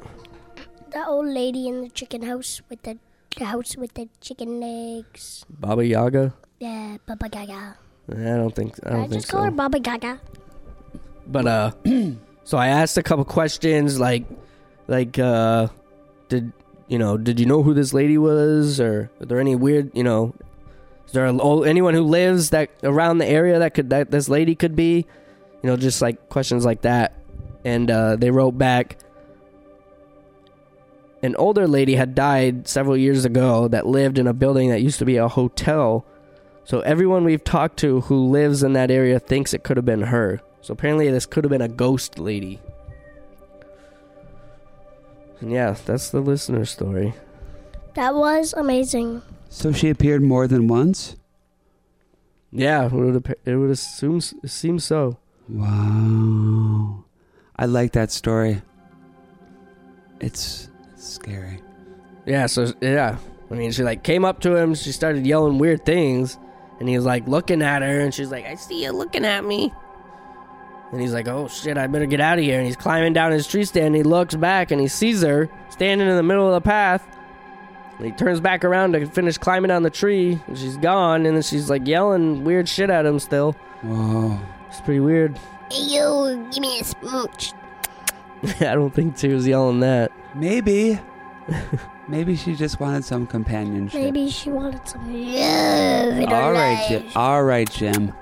the old lady in the chicken house with the, the house with the chicken legs? Baba Yaga? Yeah, Baba Gaga. I don't think I don't I think just call her so. Baba Gaga. But uh so I asked a couple questions like like uh did you know, did you know who this lady was or are there any weird, you know, is there a, oh, anyone who lives that around the area that could that this lady could be? You know, just like questions like that. And uh they wrote back an older lady had died several years ago that lived in a building that used to be a hotel. So everyone we've talked to who lives in that area thinks it could have been her. So apparently this could have been a ghost lady. And yeah, that's the listener story. That was amazing. So she appeared more than once? Yeah, it would appa- it would assume it seems so. Wow. I like that story. It's, it's scary. Yeah, so yeah. I mean, she like came up to him, she started yelling weird things, and he was like looking at her and she's like, "I see you looking at me." And he's like, "Oh shit, I better get out of here." And he's climbing down his tree stand. And he looks back and he sees her standing in the middle of the path. And he turns back around to finish climbing down the tree, and she's gone. And then she's like yelling weird shit at him still. Whoa. It's pretty weird. Yo, give me a smooch. I don't think she was yelling that. Maybe. Maybe she just wanted some companionship. Maybe she wanted some love in her All right, life. Jim. All right, Jim.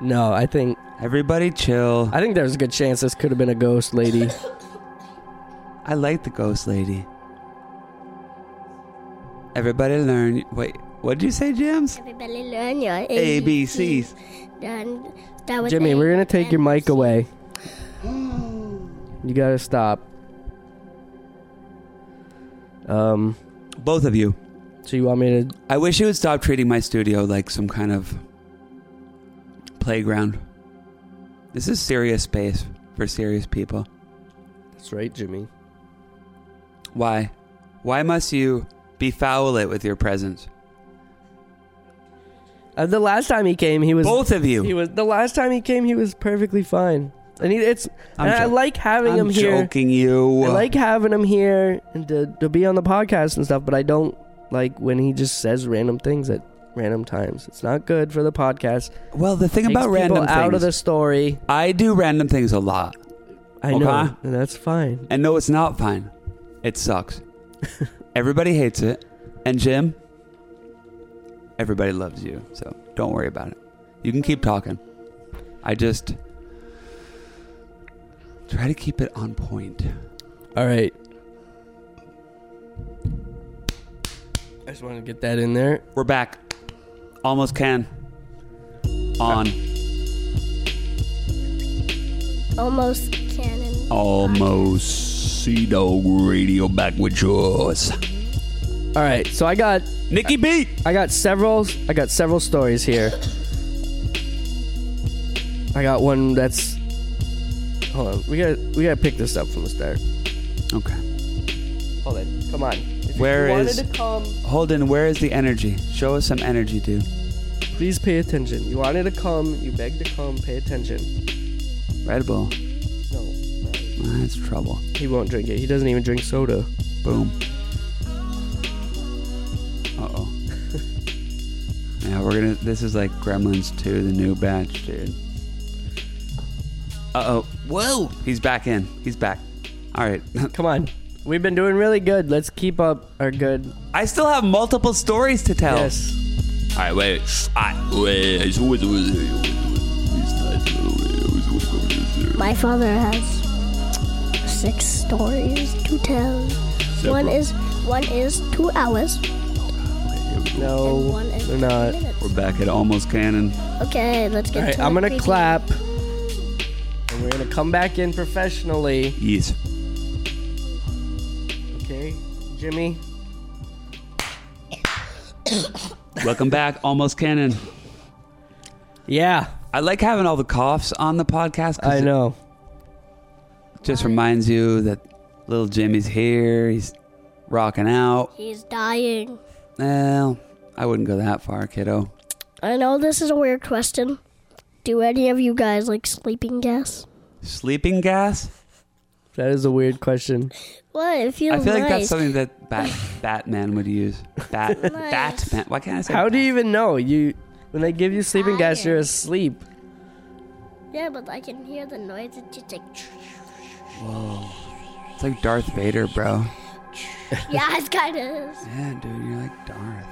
No, I think Everybody chill. I think there's a good chance this could have been a ghost lady. I like the ghost lady. Everybody learn. Wait, what did you say, James? Everybody learn your A B C's. Then that was Jimmy, A, we're gonna take your then mic C. away. You gotta stop. Um. Both of you. So you want me to? I wish you would stop treating my studio like some kind of playground. This is serious space for serious people. That's right, Jimmy. Why? Why must you befoul it with your presence? Uh, the last time he came, he was Both of he you. was the last time he came, he was perfectly fine. And he, it's I'm and I jo- like having I'm him here. joking you. I like having him here and to, to be on the podcast and stuff, but I don't like when he just says random things at random times. It's not good for the podcast. Well, the thing Takes about people random out things, of the story. I do random things a lot, I Okay. know, and that's fine. and no, it's not fine. It sucks. everybody hates it, and Jim, everybody loves you. So don't worry about it. You can keep talking. I just try to keep it on point. All right. I just wanted to get that in there. We're back. Almost can. On. Almost canon. Almost Sea Dog Radio back with yours. All right, so I got Nikki Beat! I got several I got several stories here. I got one that's Hold on. We got to we got to pick this up from the start. Okay. Hold on. Come on. If Where you wanted is- to come, Holden, where is the energy? Show us some energy, dude. please pay attention. You wanted to come, you begged to come, pay attention. Red Bull. No. no. That's trouble. He won't drink it. He doesn't even drink soda. Boom. Uh oh. yeah, we're gonna. This is like Gremlins 2, the new batch, dude. Uh oh. Whoa! He's back in. He's back. All right. Come on. We've been doing really good. Let's keep up our good. I still have multiple stories to tell. Yes. All right, wait. Shh, I, wait. So what's- what's- what's- what's- what's- what's- what's- what's- My father has six stories to tell. One is one is two hours. and No, one is they're not. ten minutes. We're back at almost canon. Okay, let's get All right, to I'm it, gonna baby. clap, and we're gonna come back in professionally. Yes. Okay, Jimmy. Welcome back, almost canon. Yeah, I like having all the coughs on the podcast. 'cause I know. It just reminds you that little Jimmy's here. He's rocking out. He's dying. Well, I wouldn't go that far, kiddo. I know this is a weird question. Do any of you guys like sleeping gas? Sleeping gas? That is a weird question. What? It I feels feel nice. like that's something that Bat- Batman would use. Bat- Batman. Why can't I say? How do you even know you when they give you sleeping gas? You're Tired. asleep. yeah, but I can hear the noise. It's just like. It's like Darth Vader, bro. yeah, it's kind of. Yeah, dude, you're like Darth.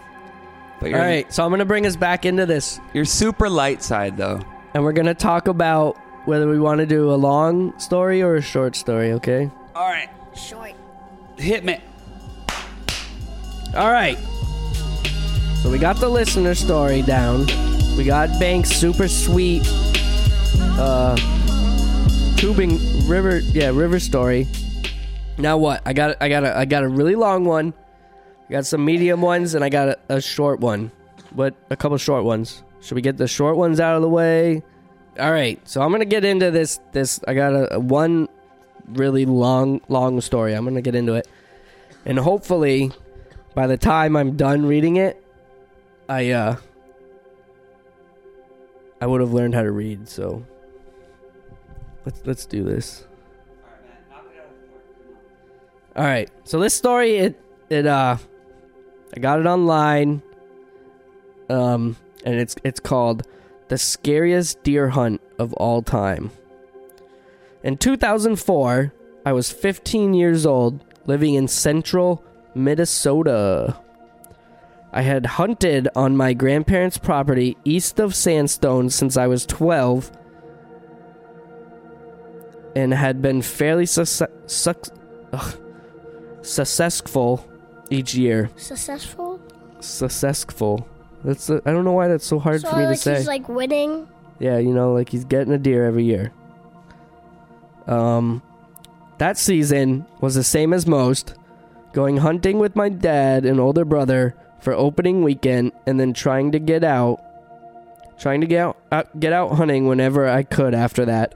But All you're, right, so I'm gonna bring us back into this, you're super light side though. and we're gonna talk about whether we want to do a long story or a short story. Okay. All right, Short. hit me. All right. So we got the listener story down. We got Banks' super sweet uh tubing river yeah, river story. Now what? I got I got a I got a really long one. I got some medium ones and I got a, a short one. But a couple short ones. Should we get the short ones out of the way? All right. So I'm going to get into this this I got a, a one really long long story. I'm going to get into it. And hopefully by the time I'm done reading it, I uh I would have learned how to read, so let's let's do this. All right. So this story it it uh I got it online um and it's it's called The Scariest Deer Hunt of All Time. In 2004, I was 15 years old, living in central Minnesota. I had hunted on my grandparents' property east of Sandstone since I was 12 and had been fairly success- suc- ugh, successful each year. Successful? Successful. That's I I don't know why that's so hard so for me like to say. he's like winning. Yeah, you know, like he's getting a deer every year. Um, that season was the same as most, going hunting with my dad and older brother for opening weekend, and then trying to get out, trying to get out, uh, get out hunting whenever I could. After that,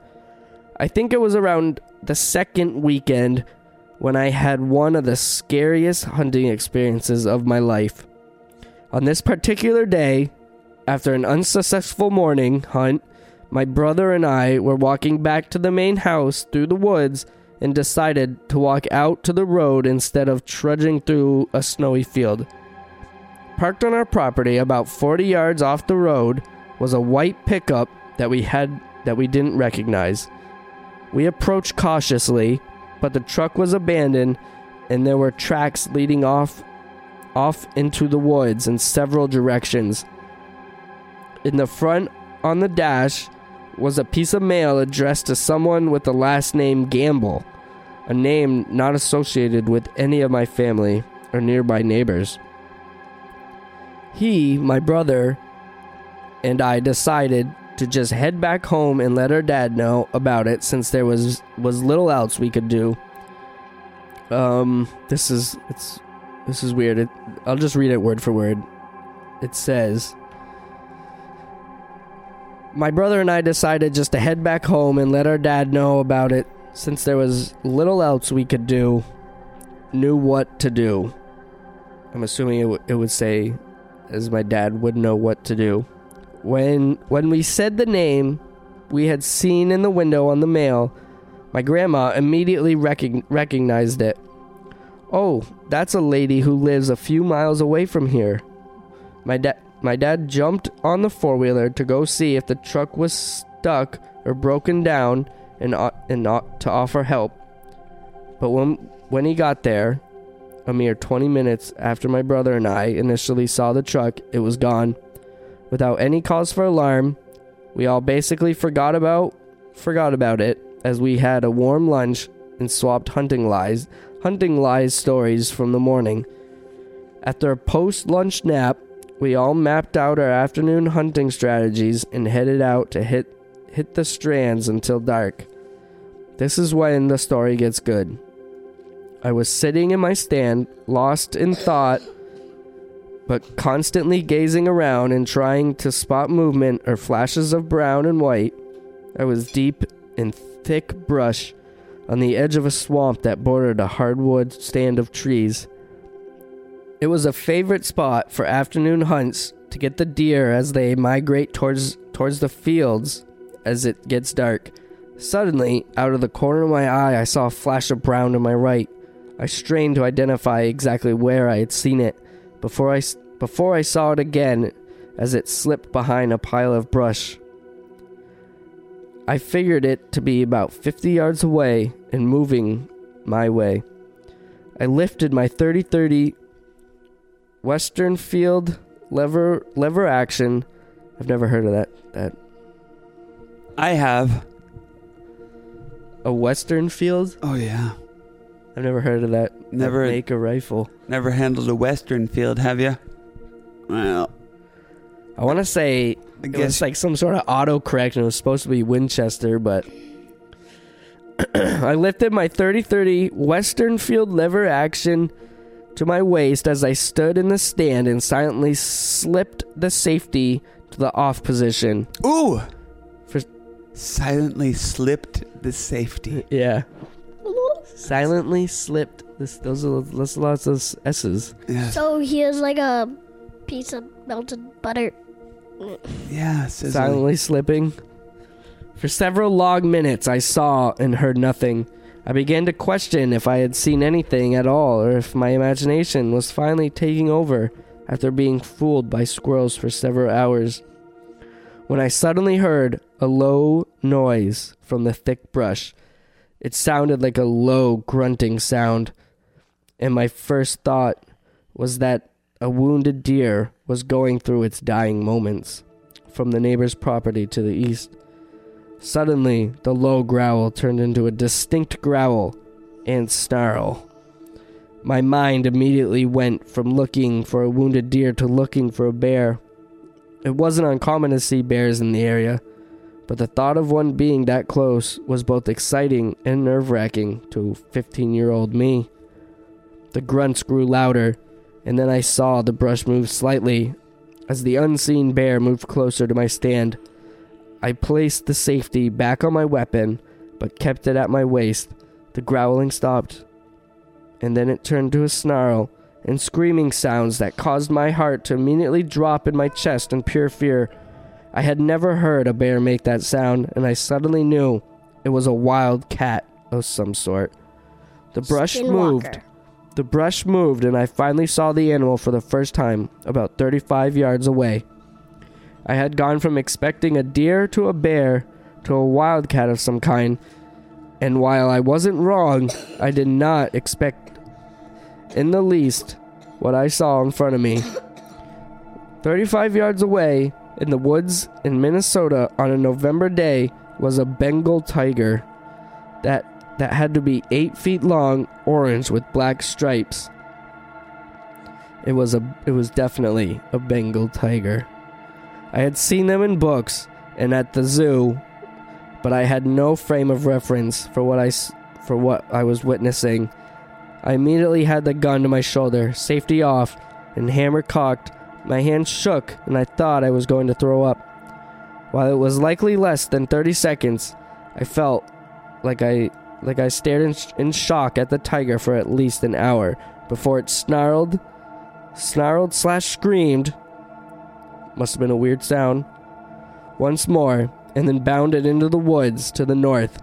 I think it was around the second weekend when I had one of the scariest hunting experiences of my life. On this particular day, after an unsuccessful morning hunt, my brother and I were walking back to the main house through the woods and decided to walk out to the road instead of trudging through a snowy field. Parked on our property about 40 yards off the road was a white pickup that we had that we didn't recognize. We approached cautiously, but the truck was abandoned and there were tracks leading off off into the woods in several directions. In the front on the dash was a piece of mail addressed to someone with the last name Gamble, a name not associated with any of my family or nearby neighbors. He, my brother, and I decided to just head back home and let our dad know about it since there was was little else we could do. Um this is it's this is weird. It, I'll just read it word for word. It says my brother and I decided just to head back home and let our dad know about it since there was little else we could do, knew what to do. I'm assuming it, w- it would say, as my dad would know what to do. When, when we said the name we had seen in the window on the mail, my grandma immediately recog- recognized it. Oh, that's a lady who lives a few miles away from here. My dad my dad jumped on the four-wheeler to go see if the truck was stuck or broken down and o and not to offer help. But when when he got there, a mere 20 minutes after my brother and I initially saw the truck, it was gone. Without any cause for alarm, we all basically forgot about forgot about it as we had a warm lunch and swapped hunting lies, hunting lies stories from the morning. After a post-lunch nap, we all mapped out our afternoon hunting strategies and headed out to hit hit the strands until dark. This is when the story gets good. I was sitting in my stand, lost in thought, but constantly gazing around and trying to spot movement or flashes of brown and white. I was deep in thick brush on the edge of a swamp that bordered a hardwood stand of trees. It was a favorite spot for afternoon hunts to get the deer as they migrate towards towards the fields as it gets dark. Suddenly, out of the corner of my eye, I saw a flash of brown to my right. I strained to identify exactly where I had seen it before I s- before I saw it again as it slipped behind a pile of brush. I figured it to be about 50 yards away and moving my way. I lifted my 30 30 Western Field lever lever action. I've never heard of that. That I have. a Western Field? Oh yeah. I I've never heard of that. that Never- make a rifle. Never handled a western field, have you? Well, I want to say I it was guess like some sort of autocorrect, and it was supposed to be Winchester, but I lifted my 30-30 Western Field lever action to my waist as I stood in the stand and silently slipped the safety to the off position. Ooh! For- Silently slipped the safety. Yeah. Silently slipped. This, those are that's lots of s- S's. Yeah, So here's like a piece of melted butter. yeah sizzling. silently slipping. For several long minutes, I saw and heard nothing. I began to question if I had seen anything at all or if my imagination was finally taking over after being fooled by squirrels for several hours. When I suddenly heard a low noise from the thick brush, it sounded like a low grunting sound, and my first thought was that a wounded deer was going through its dying moments from the neighbor's property to the east. Suddenly, the low growl turned into a distinct growl and snarl. My mind immediately went from looking for a wounded deer to looking for a bear. It wasn't uncommon to see bears in the area, but the thought of one being that close was both exciting and nerve wracking to 15 year old me. The grunts grew louder, and then I saw the brush move slightly as the unseen bear moved closer to my stand, I placed the safety back on my weapon, but kept it at my waist. The growling stopped, and then it turned to a snarl and screaming sounds that caused my heart to immediately drop in my chest in pure fear. I had never heard a bear make that sound, and I suddenly knew it was a wild cat of some sort. The brush moved, Skinwalker. the brush moved, and I finally saw the animal for the first time, about 35 yards away. I had gone from expecting a deer to a bear to a wildcat of some kind, and while I wasn't wrong, I did not expect in the least what I saw in front of me. 35 yards away, in the woods in Minnesota on a November day, was a Bengal tiger that that had to be eight feet long, orange with black stripes. It was a it was definitely a Bengal tiger. I had seen them in books and at the zoo, but I had no frame of reference for what I s- for what I was witnessing. I immediately had the gun to my shoulder, safety off, and hammer cocked. My hand shook, and I thought I was going to throw up. While it was likely less than 30 seconds, I felt like I like I stared in, in shock at the tiger for at least an hour before it snarled, snarled slash screamed. Must have been a weird sound. Once more, and then bounded into the woods to the north.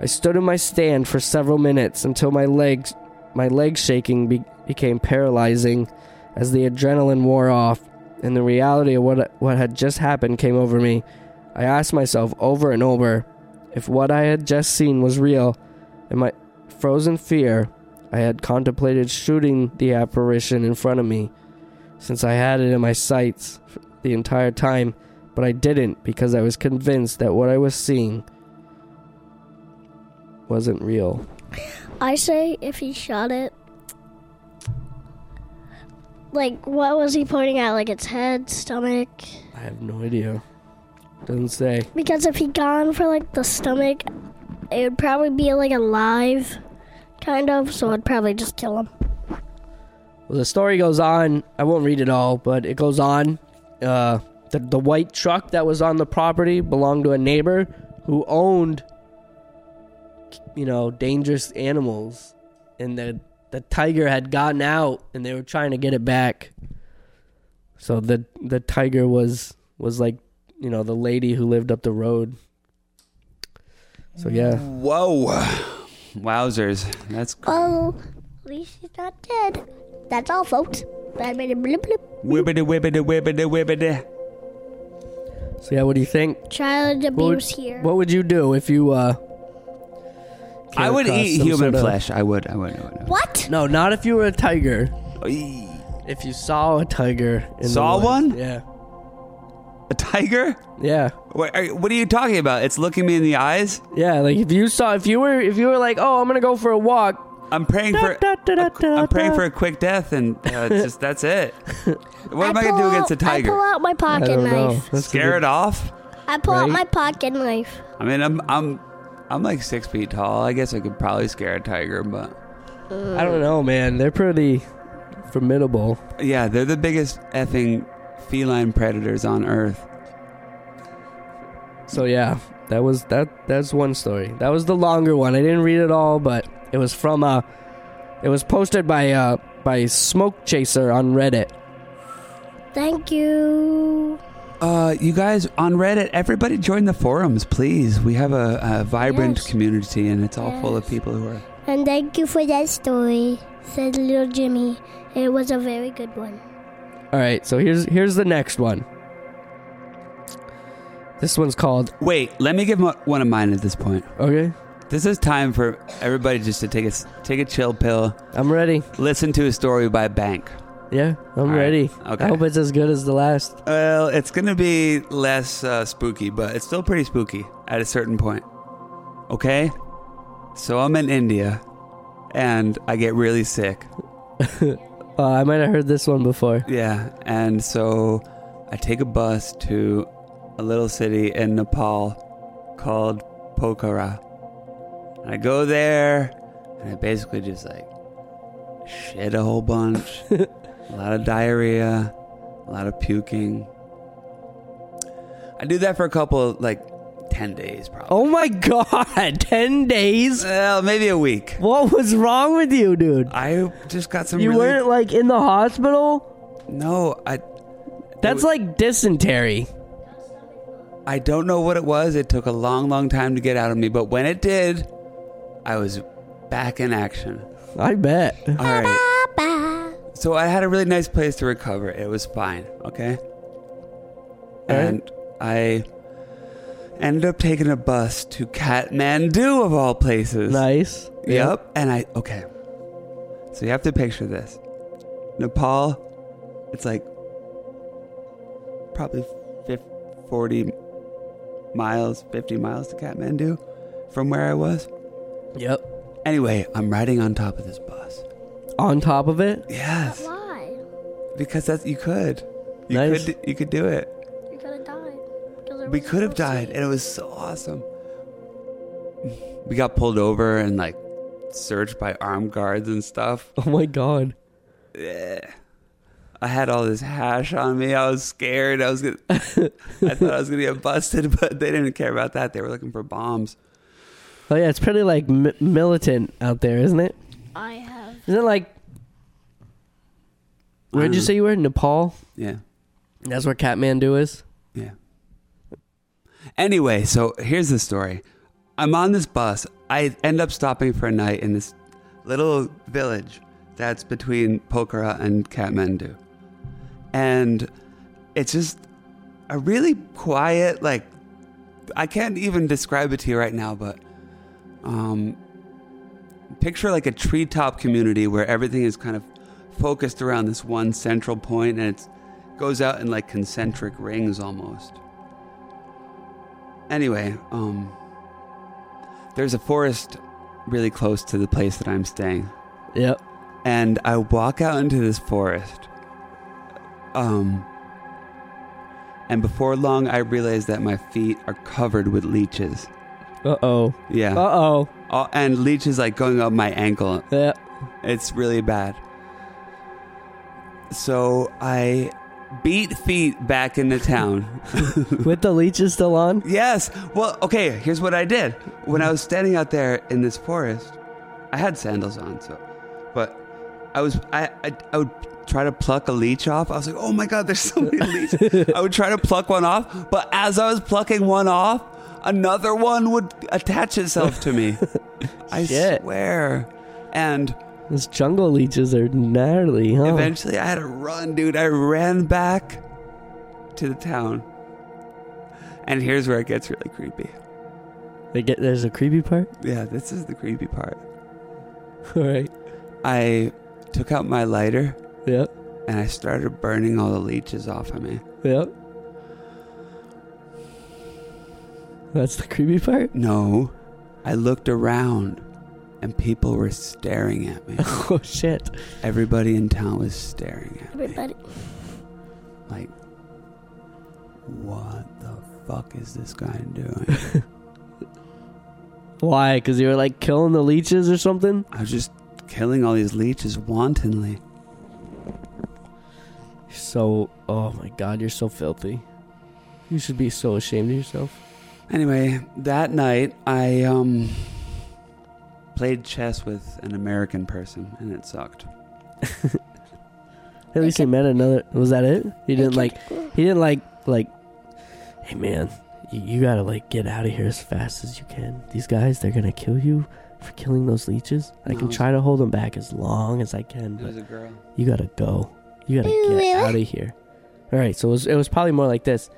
I stood in my stand for several minutes until my legs, my leg shaking be, became paralyzing, as the adrenaline wore off, and the reality of what what had just happened came over me. I asked myself over and over if what I had just seen was real, in my frozen fear, I had contemplated shooting the apparition in front of me, since I had it in my sights f- the entire time, but I didn't because I was convinced that what I was seeing wasn't real. I say if he shot it. Like, what was he pointing at? Like its head, stomach? I have no idea. Doesn't say. Because if he gone for like the stomach, it would probably be like alive, kind of. So I'd probably just kill him. Well, the story goes on. I won't read it all, but it goes on. Uh, the, the white truck that was on the property belonged to a neighbor who owned, you know, dangerous animals, and the the tiger had gotten out, and they were trying to get it back. So the the tiger was was like, you know, the lady who lived up the road. So yeah, Whoa. Wowzers. That's Oh, at least he's not dead. That's all, folks. Bad made a blip blip. Wibbity wibbity wibbity wibbity. so yeah. What do you think? Child What would, abuse here. what would you do if you? uh came I would across eat some human sort of- flesh. I would. I would. I would. What? No, not if you were a tiger. Eee. If you saw a tiger, in the Saw woods. one? Yeah, A tiger? yeah, What are, what are you talking about? It's looking me in the eyes. yeah. Like if you saw, if you were, if you were like, oh, I'm gonna go for a walk, I'm praying for Da, da, da, a- da, I'm praying da. for a quick death, and uh, it's just that's it. What am I gonna pull do against a out- I pull tiger? out my I pocket don't know. knife. That's a Scare good- it off? I pull out Right? my pocket knife. I mean, I'm I'm I'm like six feet tall. I guess I could probably scare a tiger, but I don't know, man. They're pretty formidable. yeah, they're the biggest effing feline predators on Earth. So yeah, that was that. That's one story. That was the longer one. I didn't read it all, but it was from uh It was posted by uh by Smoke Chaser on Reddit. Thank you. Uh, you guys on Reddit, everybody join the forums, please. We have a, a vibrant Yes. community, and it's all full of Yes. people who are. And thank you for that story, said little Jimmy. It was a very good one. All right, so here's here's the next one. This one's called Wait, let me give mo- one of mine at this point. okay. This is time for everybody just to take a s- take a chill pill, I'm ready. listen to a story by Bank. Yeah, I'm right, ready. okay. I hope it's as good as the last. Well, it's gonna be less uh, spooky, but it's still pretty spooky at a certain point. Okay, so I'm in India, and I get really sick. Uh, I might have heard this one before. Yeah, and so I take a bus to a little city in Nepal called Pokhara. And I go there, and I basically just like shit a whole bunch, a lot of diarrhea, a lot of puking. I do that for a couple, like ten days, probably. Oh my god, ten days. well, maybe a week. What was wrong with you, dude? I just got some. You really- weren't like in the hospital. No, I That's like dysentery. I don't know what it was. It took a long, long time to get out of me, but when it did, I was back in action. I bet. All right. Papa. So I had a really nice place to recover. It was fine. Okay. And I ended up taking a bus to Kathmandu, of all places. Nice. Yep. And I, okay. So you have to picture this Nepal, it's like probably fif 40 miles, 50 miles to Kathmandu from where I was. Yep. Anyway, I'm riding on top of this bus. On top of it. Yes, Why? because that's you could, you Nice. could, you could do it. We could have died. 'Cause there We was could have no died, sea. and it was so awesome. We got pulled over and like searched by armed guards and stuff. Oh my god. I had all this hash on me. I was scared. I was gonna, I thought I was gonna get busted, but they didn't care about that. They were looking for bombs. Oh yeah, it's pretty like mi- militant out there, isn't it? I have. Isn't it like? Where'd you Um, say you were? Nepal. Yeah, That's where Kathmandu is. yeah. Anyway, so here's the story. I'm on this bus. I end up stopping for a night in this little village that's between Pokhara and Kathmandu, and it's just a really quiet like i can't even describe it to you right now but um picture like a treetop community where everything is kind of focused around this one central point and it goes out in like concentric rings almost anyway um there's a forest really close to the place that i'm staying Yep. and I walk out into this forest. Um, and before long, I realize that my feet are covered with leeches. Uh oh. Yeah, Uh oh. All- and leeches like going up my ankle. Yeah. It's really bad. So I beat feet back into town. With the leeches still on. Yes. Well, okay, here's what I did. When I was standing out there in this forest, I had sandals on, so but I was I I, I would try to pluck a leech off. I was like, "Oh my god, there's so many leeches." I would try to pluck one off, but as I was plucking one off, another one would attach itself to me. I Shit. swear. And Those jungle leeches are gnarly, huh? Eventually, I had to run, dude. I ran back to the town. And here's where it gets really creepy. They get there's a creepy part. Yeah, this is the creepy part. All right. I took out my lighter Yep. and I started burning all the leeches off of me. Yep. That's the creepy part. No, I looked around and people were staring at me. oh shit. Everybody in town was staring at me. Everybody. Like, what the fuck is this guy doing? Why? Because you were like killing the leeches or something? I was just killing all these leeches wantonly. So, oh my god, you're so filthy. You should be so ashamed of yourself. Anyway, that night I um played chess with an American person and it sucked. At least he met another. Was that it? He didn't like. He didn't like like. Hey man, you, you gotta like get out of here as fast as you can. These guys, they're gonna kill you for killing those leeches. I No, can it's- try to hold them back as long as I can, It but was a girl. you gotta go. You gotta Ooh, really? get out of here. All right, so it was, it was probably more like this.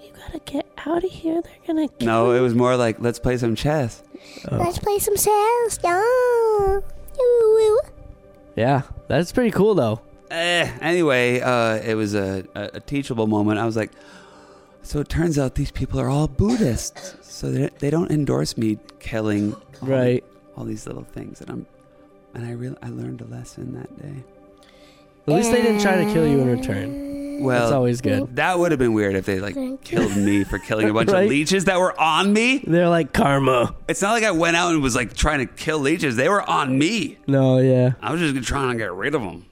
You gotta get out of here. They're gonna kill No, it was more like let's play some chess. Oh, Let's play some sales. No. Ooh. yeah, that's pretty cool though. Eh, anyway, uh, it was a, a, a teachable moment. I was like, so it turns out these people are all Buddhists, so they, they don't endorse me killing all- Right. all these little things, and I'm and I real I learned a lesson that day. At least they didn't try to kill you in return. Well, that's always good. that would have been weird if they like Thank you. killed me for killing a bunch Right. of leeches that were on me. They're like karma. It's not like I went out and was like trying to kill leeches; they were on me. No, yeah. I was just trying to get rid of them.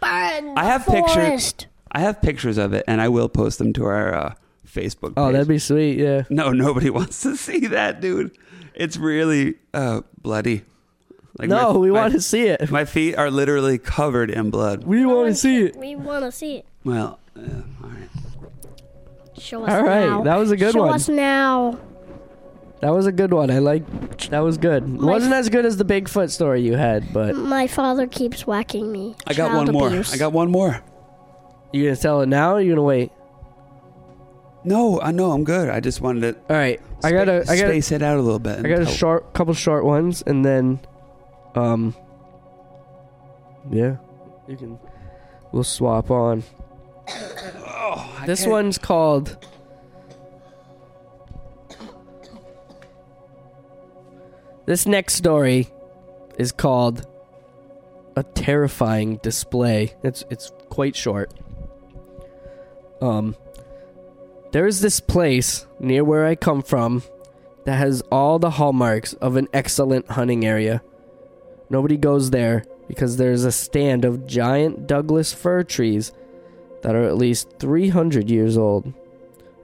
Burn. I have pictures. forest. I have pictures of it, and I will post them to our uh, Facebook. Oh, page. that'd be sweet. Yeah. No, nobody wants to see that, dude. It's really uh, bloody. Like no, my- we my- want to see it. My feet are literally covered in blood. We want to see it. We wanna see it. Well, uh, all right. Show us All right, now. that was a good Show one. us now. That was a good one. I like. That was good. Wasn't as good as the Bigfoot story you had, but My father keeps whacking me. I got Child one more. abuse. I got one more. you gonna tell it now? Or you gonna wait? No, I know I'm good. I just wanted to All right. I gotta. spa- I gotta. space it out a little bit. I got a until- short, couple short ones, and then, um, yeah, you can. We'll swap on. Oh, I This can't- one's called. This next story is called "A Terrifying Display." It's it's quite short. Um, there is this place near where I come from that has all the hallmarks of an excellent hunting area. Nobody goes there because there's a stand of giant Douglas fir trees that are at least 300 years old,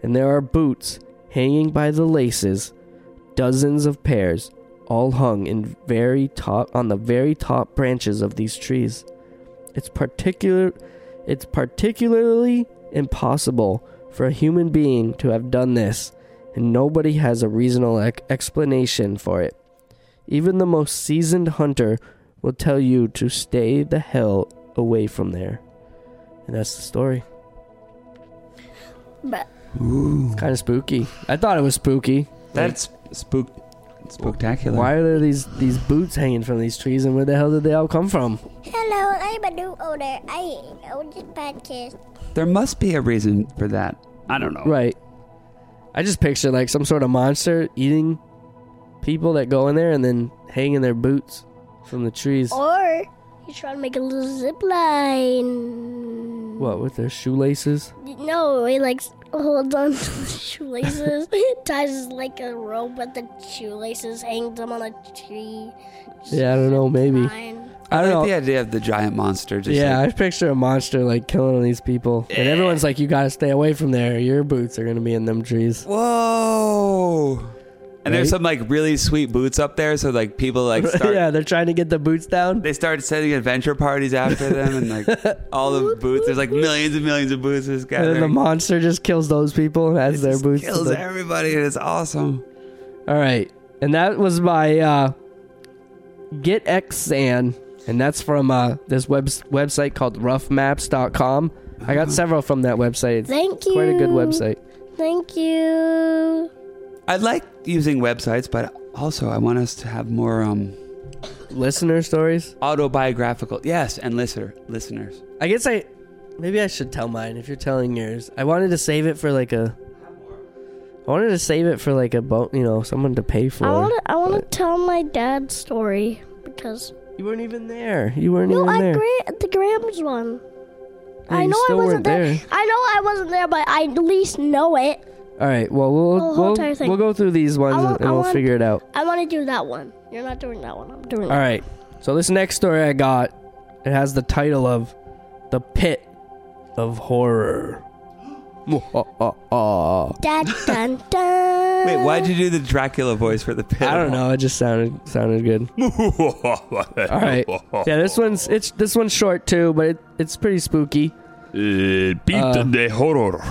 and there are boots hanging by the laces, dozens of pairs, all hung in very top on the very top branches of these trees. It's particular it's particularly impossible for a human being to have done this, and nobody has a reasonable ec- explanation for it. Even the most seasoned hunter will tell you to stay the hell away from there. And that's the story. But Ooh, Kind of spooky. I thought it was spooky. that's spook, spectacular. Why are there these these boots hanging from these trees, and where the hell did they all come from? hello, I'm a new owner. I own this podcast. There must be a reason for that. I don't know. Right. I just picture like some sort of monster eating people that go in there and then hanging their boots from the trees. Or he's trying to make a little zip line. What with their shoelaces? No, he like holds on to the shoelaces, ties like a rope with the shoelaces, hangs them on a tree. Yeah, I don't know. Maybe Fine. I, I like don't the know. idea of the giant monster. Just Yeah, like, I picture a monster like killing all these people, and everyone's like, "You gotta stay away from there. Your boots are gonna be in them trees." Whoa. And Right? there's some like really sweet boots up there, so like people like start yeah, they're trying to get the boots down. they start setting adventure parties after them and like all the boots. There's like millions and millions of boots this guy. And then the monster just kills those people and has their boots. kills like- everybody and it's awesome. All right. And that was my uh, Get Xan. And that's from uh, this web- website called roughmaps.com. I got several from that website. It's Thank you. quite a good website. Thank you. I like using websites, but also I want us to have more um Listener stories. autobiographical. Yes, and listener listeners. I guess I. Maybe I should tell mine if you're telling yours. I wanted to save it for like a. I I wanted to save it for like a boat, you know, someone to pay for. I want to. I want to tell my dad's story because You weren't even there. You weren't no, even I there. gra- the Grams one. Yeah, I you know I still wasn't weren't there. there. I know I wasn't there, but I at least know it. All right. Well, we'll The whole we'll, entire thing. we'll go through these ones I and- want- and I we'll want- figure it out. I want to do that one. You're not doing that one. I'm doing. All that. right. So this next story I got, it has the title of "The Pit of Horror." I Dun, dun, dun. Wait, why'd you do the Dracula voice for the pit? don't know. It just sounded sounded good. All right. Yeah, this one's it's this one's short too, but it, it's pretty spooky. beat Uh, the horror.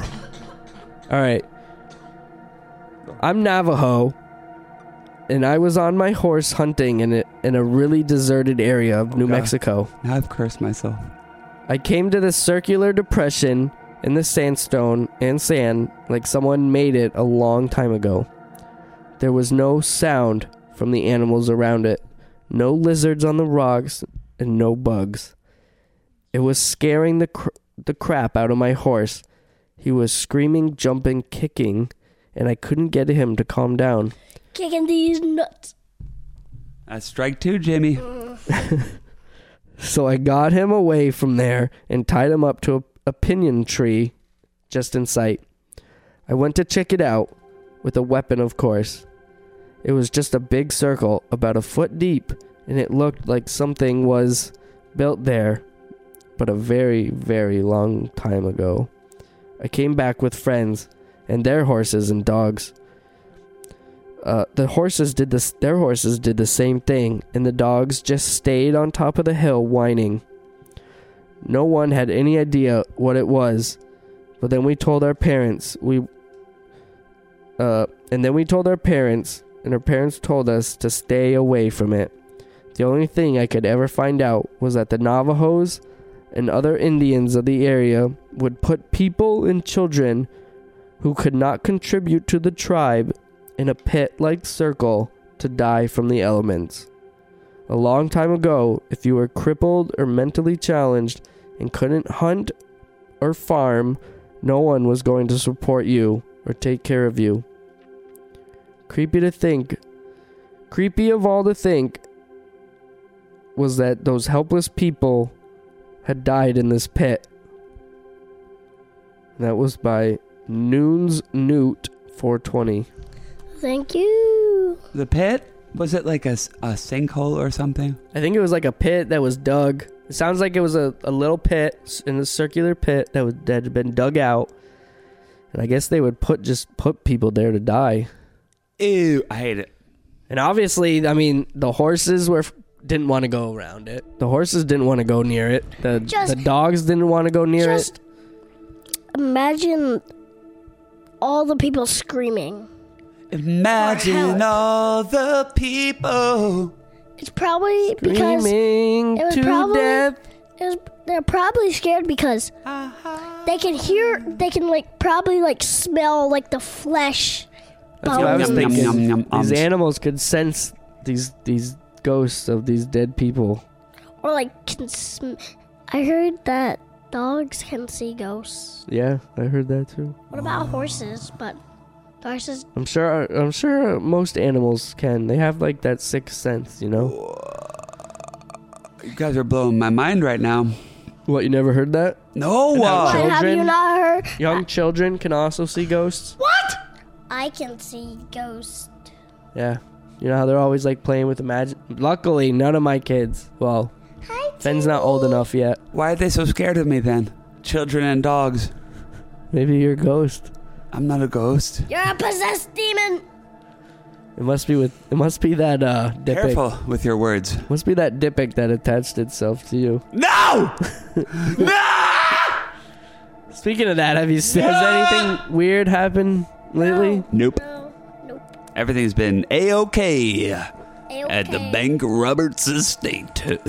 All right. I'm Navajo, and I was on my horse hunting in a, in a really deserted area of New God. Mexico. Now I've cursed myself. I came to this circular depression in the sandstone and sand like someone made it a long time ago. There was no sound from the animals around it, no lizards on the rocks, and no bugs. It was scaring the, cr- the crap out of my horse. He was screaming, jumping, kicking, and I couldn't get him to calm down. Kicking these nuts. That's Uh, strike two, Jimmy. So I got him away from there and tied him up to a, a pinyon tree just in sight. I went to check it out with a weapon, of course. It was just a big circle about a foot deep, and it looked like something was built there, but a very, very long time ago. I came back with friends and their horses and dogs. Uh, the horses did this. Their horses did the same thing, and the dogs just stayed on top of the hill whining. No one had any idea what it was, but then we told our parents. We, uh, and then we told our parents, and our parents told us to stay away from it. The only thing I could ever find out was that the Navajos and other Indians of the area would put people and children who could not contribute to the tribe in a pit like circle to die from the elements. A long time ago, if you were crippled or mentally challenged and couldn't hunt or farm, no one was going to support you or take care of you. Creepy to think, creepy of all to think, was that those helpless people had died in this pit. That was by Noons Newt 420. Thank you. The pit? Was it like a, s- a sinkhole or something? I think it was like a pit that was dug. It sounds like it was a, a little pit s- in a circular pit that, was, that had been dug out. And I guess they would put just put people there to die. Ew, I hate it. And obviously, I mean, the horses were f- didn't want to go around it. The horses didn't want to go near it. The Just- the dogs didn't want to go near Just it. imagine all the people screaming. Imagine all the people. It's probably because it Screaming was to probably- death. was, they're probably scared because they can hear, they can like probably like smell like the flesh. That's what I was Yum, yum, thinking. yum, yum, these ums. animals could sense these these ghosts of these dead people. Or like can sm- I heard that dogs can see ghosts. Yeah, I heard that too. What about horses? But horses I'm sure. I'm sure most animals can. They have like that sixth sense, you know. You guys are blowing my mind right now. What you never heard that? No, What uh, Children? have you not heard? Young children can also see ghosts. What? I can see ghosts. Yeah, you know how they're always like playing with imagine. Luckily, none of my kids. Well, Hi, Ben's not old enough yet. why are they so scared of me then? Children and dogs. Maybe you're a ghost. I'm not a ghost. You're a possessed demon. It must be with. It must be that uh. Dippic. Careful with your words. Must be that Dippic that attached itself to you. No! no! Speaking of that, have you has anything weird happened lately? Nope. No, nope. Everything's been a-okay at the Okay. Bank Roberts estate.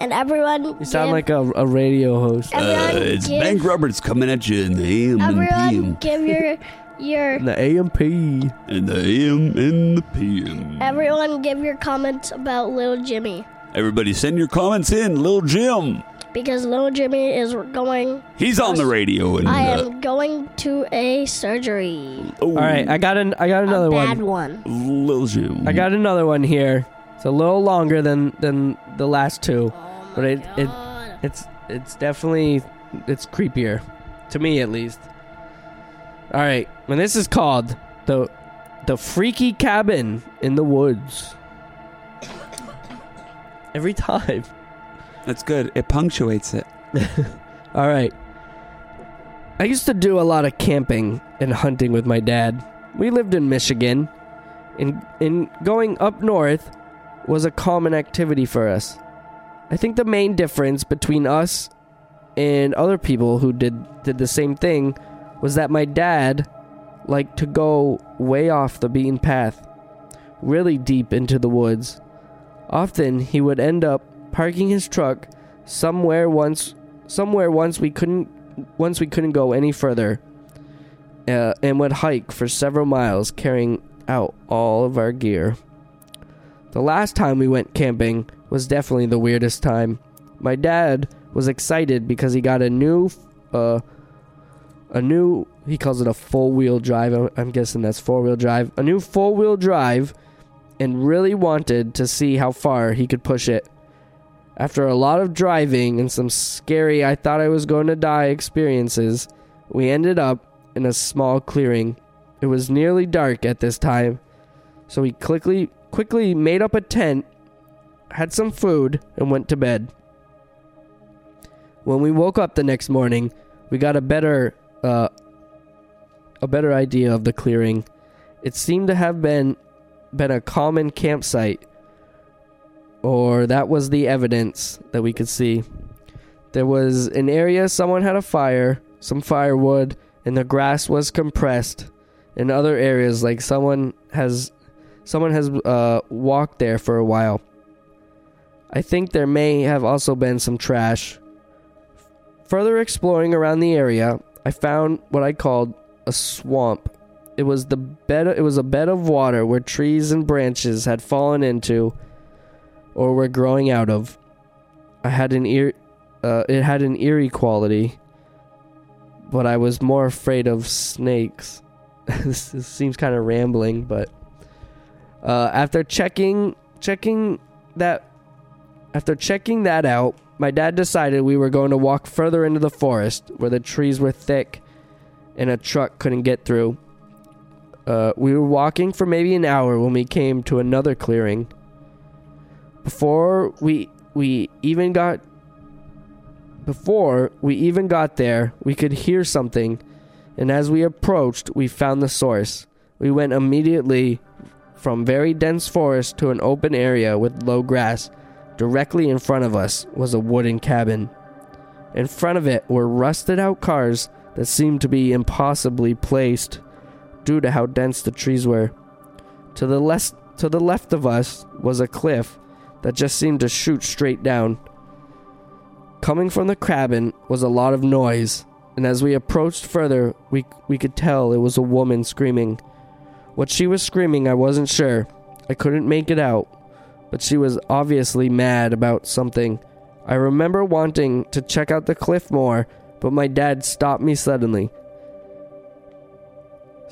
And everyone. You sound like a, a radio host. Everyone Uh, it's give, Bank Roberts coming at you in the AM and Everyone PM. give your your. The AMP. In the AM and the PM. Everyone give your comments about little Jimmy. Everybody send your comments in, Lil Jim. because little Jimmy is going. He's on the radio. And, I uh, am going to a surgery. oh, All right, I got an I got another a one. bad one. Lil Jim. I got another one here. It's a little longer than than the last two. Oh But my it- it- God. It's it's definitely it's creepier to me at least. All right, and this is called the the freaky cabin in the woods. Every time. That's good. It punctuates it. All right. I used to do a lot of camping and hunting with my dad. We lived in Michigan, and in going up north was a common activity for us. I think the main difference between us and other people who did did the same thing was that my dad liked to go way off the beaten path, really deep into the woods. Often he would end up parking his truck somewhere once somewhere once we couldn't once we couldn't go any further uh, and would hike for several miles carrying out all of our gear the last time we went camping was definitely the weirdest time my dad was excited because he got a new uh, a new he calls it a four-wheel drive I'm- i'm guessing that's four-wheel drive a new four-wheel drive and really wanted to see how far he could push it after a lot of driving and some scary, I thought I was going to die experiences, we ended up in a small clearing. It was nearly dark at this time, so we quickly quickly made up a tent, had some food, and went to bed. When we woke up the next morning, we got a better uh, a better idea of the clearing. It seemed to have been been a common campsite or that was the evidence that we could see. There was an area someone had a fire, some firewood, and the grass was compressed. In other areas, like someone has, someone has uh, walked there for a while. I think there may have also been some trash. Further exploring around the area, I found what I called a swamp. It was the bed. It was a bed of water where trees and branches had fallen into, or were growing out of. I had an ear, uh, it had an eerie quality, but I was more afraid of snakes. this, this seems kind of rambling, but uh, after checking checking that after checking that out, my dad decided we were going to walk further into the forest where the trees were thick and a truck couldn't get through. Uh, we were walking for maybe an hour when we came to another clearing before we we even got before we even got there we could hear something and as we approached we found the source we went immediately from very dense forest to an open area with low grass directly in front of us was a wooden cabin in front of it were rusted out cars that seemed to be impossibly placed due to how dense the trees were to the less to the left of us was a cliff that just seemed to shoot straight down. Coming from the cabin was a lot of noise, and as we approached further, we we could tell it was a woman screaming. What she was screaming, I wasn't sure. I couldn't make it out, but she was obviously mad about something. I remember wanting to check out the cliff more, but my dad stopped me suddenly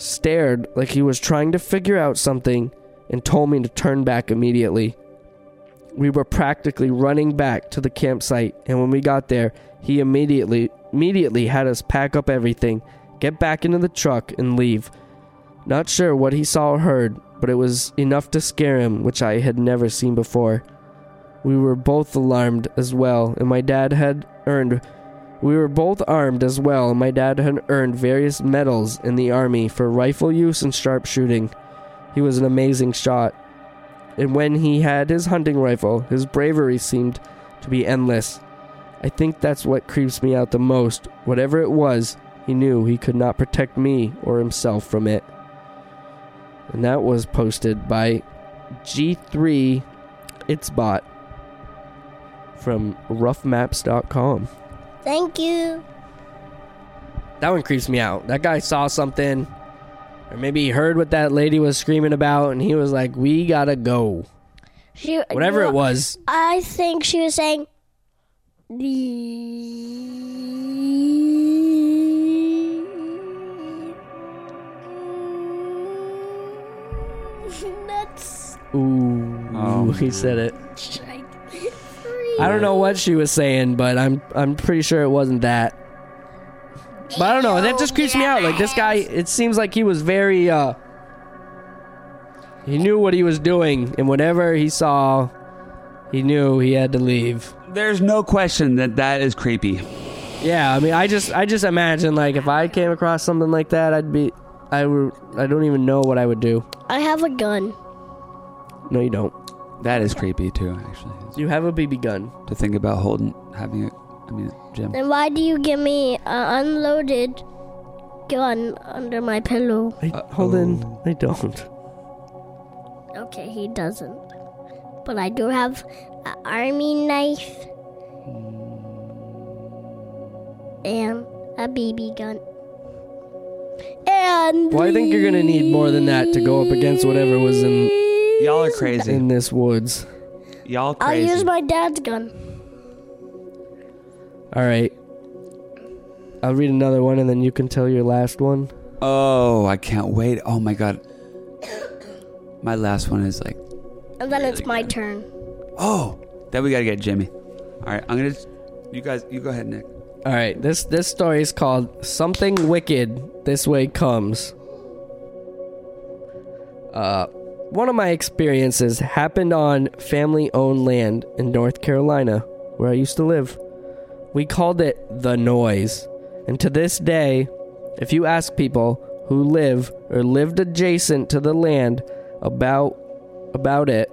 stared like he was trying to figure out something, and told me to turn back immediately. We were practically running back to the campsite, and when we got there, he immediately immediately had us pack up everything, get back into the truck, and leave. Not sure what he saw or heard, but it was enough to scare him, which I had never seen before. We were both alarmed as well, and my dad had earned we were both armed as well, and my dad had earned various medals in the army for rifle use and sharpshooting. He was an amazing shot. And when he had his hunting rifle, his bravery seemed to be endless. I think that's what creeps me out the most. Whatever it was, he knew he could not protect me or himself from it. And that was posted by G3 Itsbot from roughmaps.com. Thank you. That one creeps me out. That guy saw something, or maybe he heard what that lady was screaming about, and he was like, "We gotta go." She, Whatever you- it was, I think she was saying, Nuts. Ooh, Oh. he said it. I I don't know what she was saying, but I'm I'm pretty sure it wasn't that. But I don't know. That just creeps me out. Like this guy, it seems like he was very uh he knew what he was doing and whatever he saw, he knew he had to leave. There's no question that that is creepy. Yeah, I mean, I just I just imagine like if I came across something like that, I'd be I would I don't even know what I would do. I have a gun. No, you don't. That is creepy too, actually. You have a BB gun. To think about holding, having it. I mean, Jim. Then why do you give me an unloaded gun under my pillow? I, hold on, I don't. Okay, he doesn't. But I do have an army knife and a BB gun. And Well, I think you're gonna need more than that to go up against whatever was in Y'all are crazy. in this woods. Y'all I'll crazy. use my dad's gun. All right. I'll read another one and then you can tell your last one. oh, I can't wait. Oh my god. My last one is like, And then it's my turn. oh, then we gotta get Jimmy. All right, I'm gonna. You guys, you go ahead, Nick. All right. This this story is called Something Wicked This Way Comes. Uh one of my experiences happened on family-owned land in North Carolina where I used to live. We called it the noise. And to this day, if you ask people who live or lived adjacent to the land about about it,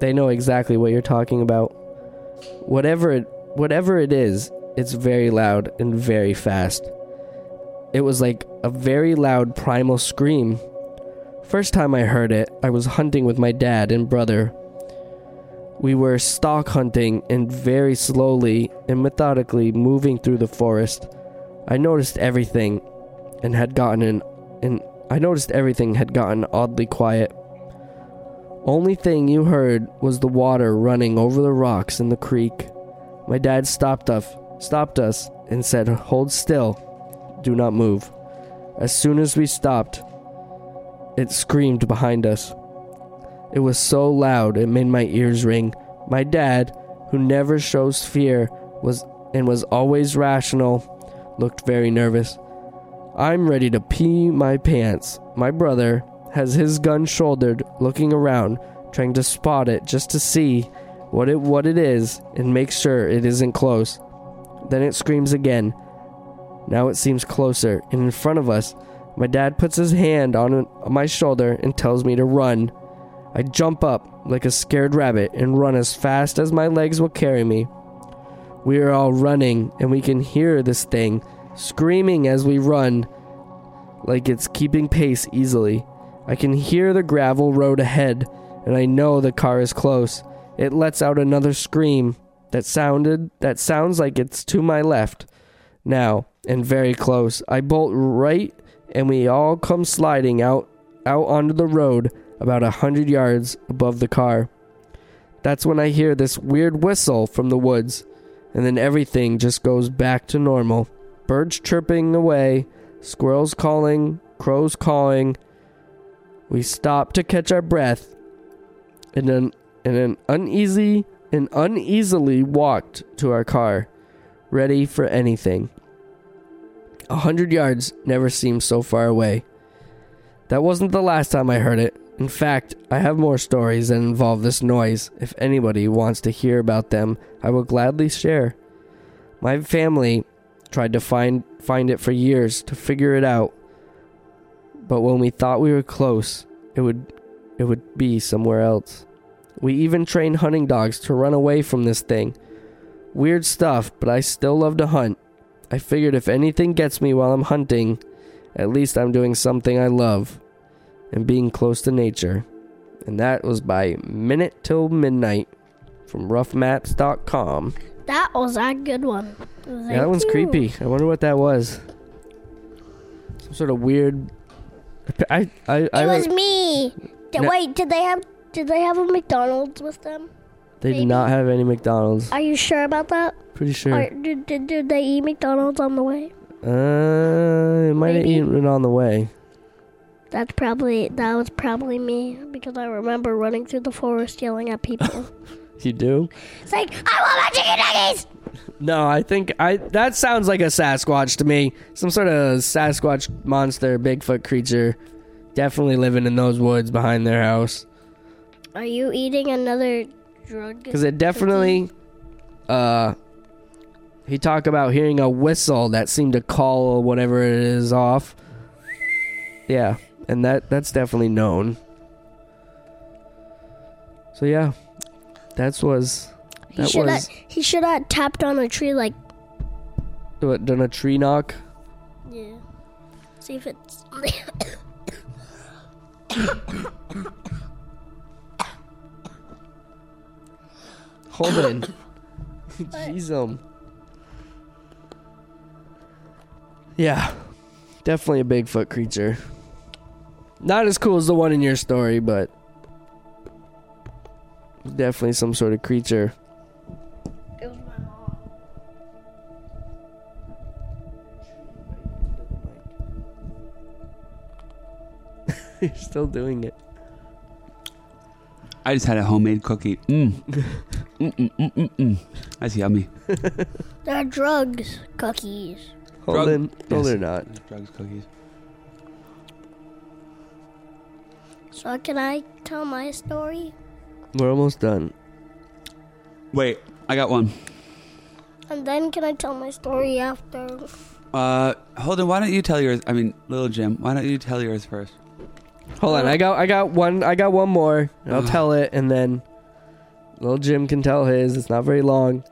they know exactly what you're talking about. Whatever it whatever it is, it's very loud and very fast. It was like a very loud primal scream. First time I heard it, I was hunting with my dad and brother. We were stalk hunting and very slowly and methodically moving through the forest. I noticed everything and had gotten an and I noticed everything had gotten oddly quiet. Only thing you heard was the water running over the rocks in the creek. My dad stopped us, stopped us and said, "Hold still. Do not move." As soon as we stopped, it screamed behind us. It was so loud it made my ears ring. My dad, who never shows fear, was and was always rational, looked very nervous. I'm ready to pee my pants. My brother has his gun shouldered, looking around, trying to spot it just to see what it what it is and make sure it isn't close. Then it screams again. Now it seems closer and in front of us. My dad puts his hand on, on my shoulder and tells me to run. I jump up like a scared rabbit and run as fast as my legs will carry me. We are all running and we can hear this thing screaming as we run like it's keeping pace easily. I can hear the gravel road ahead and I know the car is close. It lets out another scream that sounded that sounds like it's to my left now and very close. I bolt right and we all come sliding out out onto the road about a hundred yards above the car. That's when I hear this weird whistle from the woods, and then everything just goes back to normal. Birds chirping away, squirrels calling, crows calling. We stop to catch our breath, and then and an uneasy and uneasily walked to our car, ready for anything. A hundred yards never seems so far away. That wasn't the last time I heard it. In fact, I have more stories that involve this noise. If anybody wants to hear about them, I will gladly share. My family tried to find find it for years to figure it out. But when we thought we were close, it would it would be somewhere else. We even trained hunting dogs to run away from this thing. Weird stuff, but I still love to hunt. I figured if anything gets me while I'm hunting, at least I'm doing something I love and being close to nature. And that was by Minute Till Midnight from roughmaps.com. That was a good one. Thank Yeah, that one's you. creepy. I wonder what that was. Some sort of weird. I I I, It was I me. Did, No. Wait, did they have did they have a McDonald's with them? They do not have any McDonald's. Are you sure about that? Pretty Or sure. did, did, did they eat McDonald's on the way? Uh, it might have Maybe. eaten it on the way. That's probably that was probably me because I remember running through the forest yelling at people, You do? saying, "I want my chicken nuggets!" No, I think I. That sounds like a Sasquatch to me. Some sort of Sasquatch monster, Bigfoot creature, definitely living in those woods behind their house. Are you eating another drug? Because it definitely, uh, he talked about hearing a whistle that seemed to call whatever it is off. Yeah, and that that's definitely known. So yeah, that's was he that should was have he should have tapped on a tree like what, done a tree knock. yeah. See if it's Hold on, jeez um. Yeah, definitely a Bigfoot creature. Not as cool as the one in your story, but definitely some sort of creature. it was my mom. You're still doing it. I just had a homemade cookie. Mm. Mm-mm-mm-mm-mm. mm. That's yummy. They're drugs, cookies. Hold Drug- on. No, Yes. they're not. Drugs, cookies. So can I tell my story? We're almost done. Wait, I got one. And then can I tell my story after? Uh, Holden, why don't you tell yours? I mean, little Jim, why don't you tell yours first? Hold on. I got. I got one. I got one more. and I'll tell it, and then little Jim can tell his. It's not very long.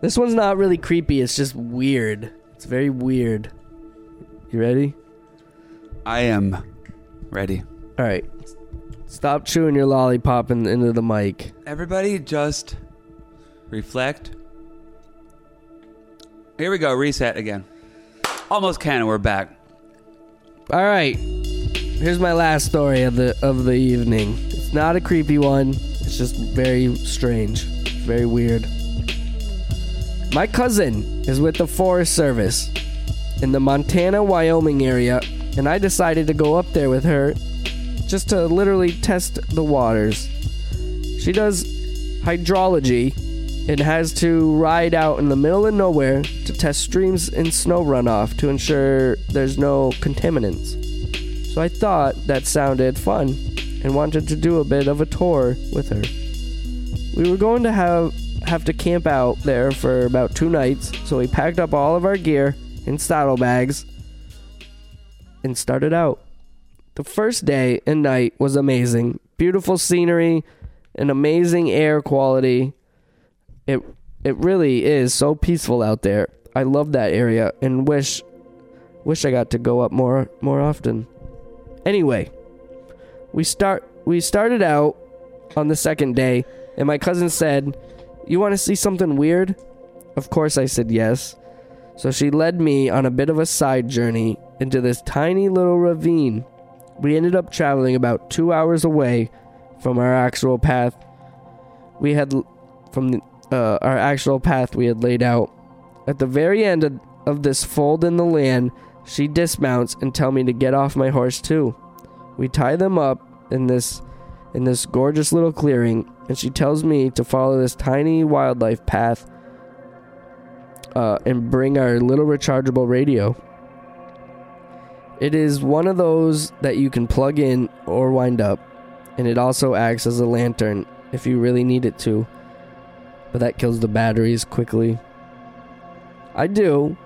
This one's not really creepy. It's just weird. It's very weird. You ready? I am ready. All right. Stop chewing your lollipop in, into the mic. Everybody just reflect. Here we go, reset again. Almost can, we're back. All right. Here's my last story of the of the evening. It's not a creepy one. It's just very strange, very weird. My cousin is with the Forest Service in the Montana, Wyoming area, and I decided to go up there with her just to literally test the waters. She does hydrology and has to ride out in the middle of nowhere to test streams and snow runoff to ensure there's no contaminants. So I thought that sounded fun and wanted to do a bit of a tour with her. We were going to have have to camp out there for about two nights, so we packed up all of our gear in saddle bags and started out. The first day and night was amazing. Beautiful scenery and amazing air quality it it really is so peaceful out there. I love that area and wish wish I got to go up more more often. Anyway, we start we started out on the second day and my cousin said, "You want to see something weird?" Of course I said yes. So she led me on a bit of a side journey into this tiny little ravine. We ended up traveling about 2 hours away from our actual path. We had l- from the, uh, our actual path we had laid out. At the very end of, of this fold in the land, she dismounts and tell me to get off my horse too. We tie them up in this in this gorgeous little clearing, and she tells me to follow this tiny wildlife path uh, and bring our little rechargeable radio. It is one of those that you can plug in or wind up, and it also acts as a lantern if you really need it to but that kills the batteries quickly. I do.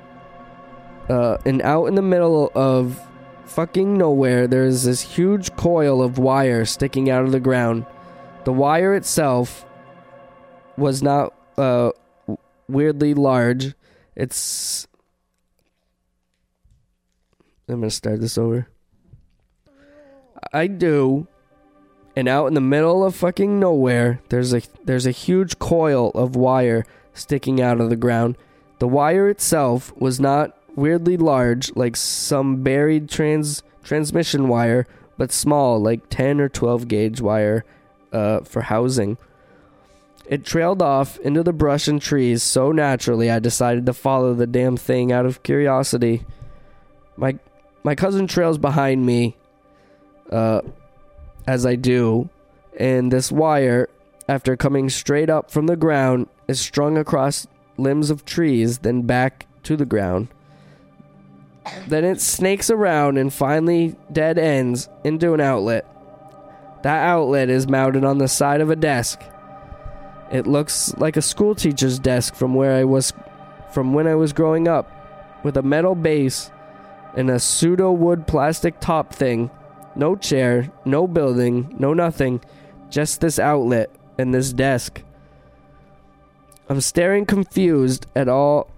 Uh, and out in the middle of fucking nowhere, there is this huge coil of wire sticking out of the ground. The wire itself was not uh, w- weirdly large. It's. I'm going to start this over. I do and out in the middle of fucking nowhere there's a there's a huge coil of wire sticking out of the ground the wire itself was not weirdly large like some buried trans transmission wire but small like 10 or 12 gauge wire uh, for housing It trailed off into the brush and trees so naturally I decided to follow the damn thing out of curiosity. My my cousin trails behind me uh as I do, and this wire, after coming straight up from the ground, is strung across limbs of trees, then back to the ground. Then it snakes around and finally dead ends into an outlet. That outlet is mounted on the side of a desk. It looks like a schoolteacher's desk from where I was from when I was growing up, with a metal base and a pseudo wood plastic top thing. No chair, no building, no nothing, just this outlet and this desk. I'm staring confused at all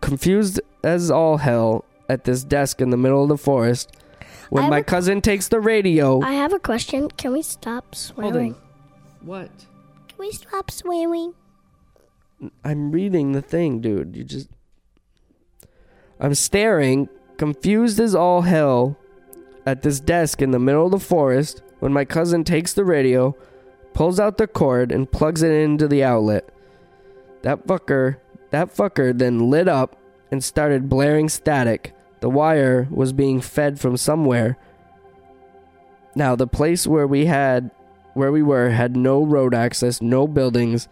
confused as all hell at this desk in the middle of the forest I when have my a- cousin takes the radio I have a question. Can we stop swearing? What? Can we stop swearing? I'm reading the thing, dude. You just. I'm staring, confused as all hell, at this desk in the middle of the forest when my cousin takes the radio, pulls out the cord, and plugs it into the outlet. That fucker. That fucker then lit up and started blaring static. The wire was being fed from somewhere. Now, the place where we had. Where we were had no road access, no buildings,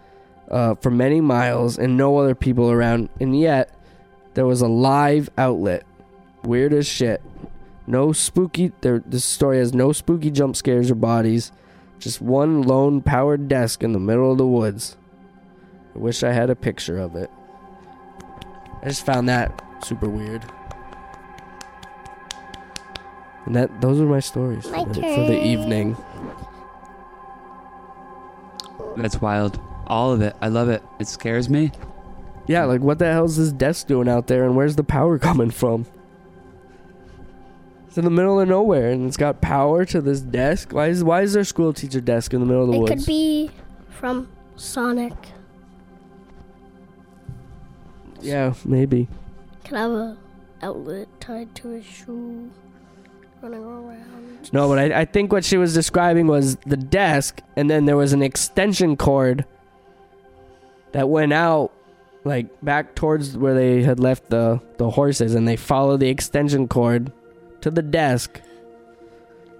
uh, for many miles and no other people around, and yet there was a live outlet. Weird as shit. No spooky. There, this story has no spooky jump scares or bodies. Just one lone powered desk in the middle of the woods. I wish I had a picture of it. I just found that super weird. And that those are my stories My for, the, for the turn. evening. That's wild. All of it. I love it. It scares me. Yeah, like what the hell's this desk doing out there and where's the power coming from? It's in the middle of nowhere and it's got power to this desk. Why is why is there a school teacher desk in the middle of the It woods? could be from Sonic. yeah, maybe. Could have a outlet tied to his shoe, running around. No, but I, I think what she was describing was the desk and then there was an extension cord that went out like back towards where they had left the, the horses and they followed the extension cord to the desk.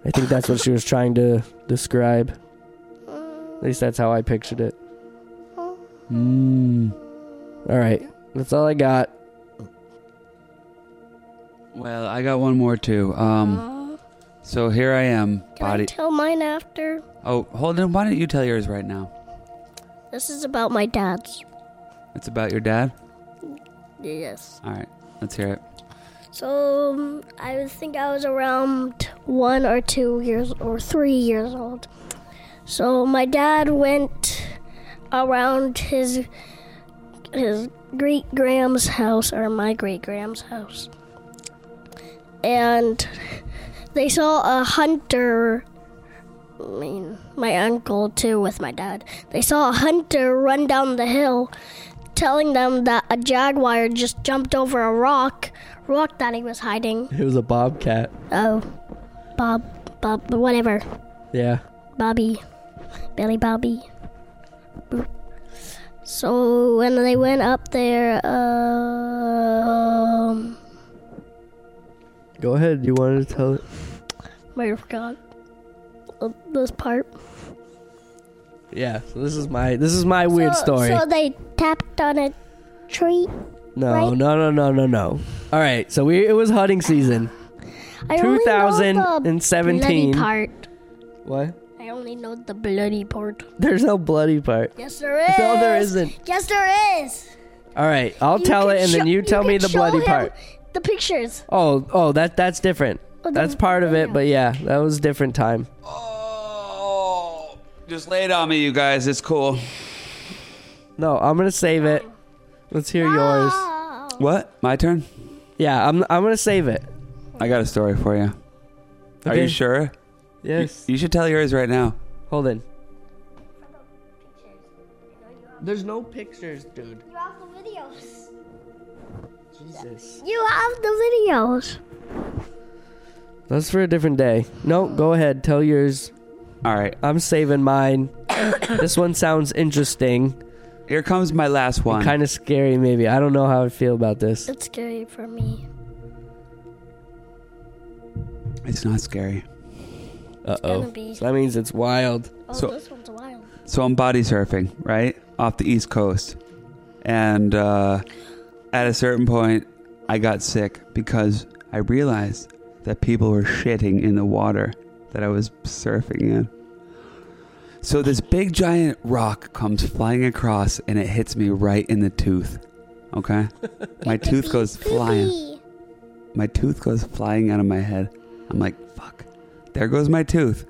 I think that's what she was trying to describe. At least that's how I pictured it. Mm. All right, that's all I got. Well, I got one more too. Um, Uh, so here I am, can I body. tell mine after? Oh, hold on. Why don't you tell yours right now? This is about my dad's. It's about your dad. Yes. All right, let's hear it. So um, I would think I was around one or two years or three years old. So my dad went around his his great grand's house or my great grand's house, and they saw a hunter. I mean, my uncle too with my dad. They saw a hunter run down the hill telling them that a jaguar just jumped over a rock, rock that he was hiding. It was a bobcat. Oh, Bob, Bob, whatever, Yeah. Bobby, Billy Bobby. So when they went up there, um, Go ahead. You wanted to tell it? might have forgot uh, this part. Yeah. So this is my this is my weird So- story. So they tapped on a tree. no, right? no, no, no, no, no. All right. So we it was hunting season. I only know the bloody 2017. part. What? I only know the bloody part. There's no bloody part. Yes, there is. No, there isn't. Yes, there is. All right. I'll You tell can it and show- then you tell me can the show bloody him part. The pictures. Oh, oh, that that's different. Oh, That's the- part of it, but yeah, that was different time. Oh, just lay it on me, you guys. It's cool. No, I'm gonna save it. Let's hear yours. Oh. What? My turn. Yeah, I'm I'm gonna save it. I got a story for you. Are Okay. you sure? You- Yes. You, should tell yours right now. Hold in. There's no pictures, dude. You have the videos. Jesus. You have the videos. That's for a different day. No, go ahead. Tell yours. All right. I'm saving mine. this one sounds interesting. Here comes my last one. Kind of scary, maybe. I don't know how I feel about this. It's scary for me. it's not scary. Uh gonna oh. be- So that means it's wild. Oh, So- this one's wild. So I'm body surfing, right? Off the East Coast. And uh, at a certain point, I got sick because I realized that people were shitting in the water that I was surfing in. So this big giant rock comes flying across and it hits me right in the tooth. Okay? My tooth goes flying Pee-pee. my tooth goes flying out of my head. I'm like, fuck, there goes my tooth.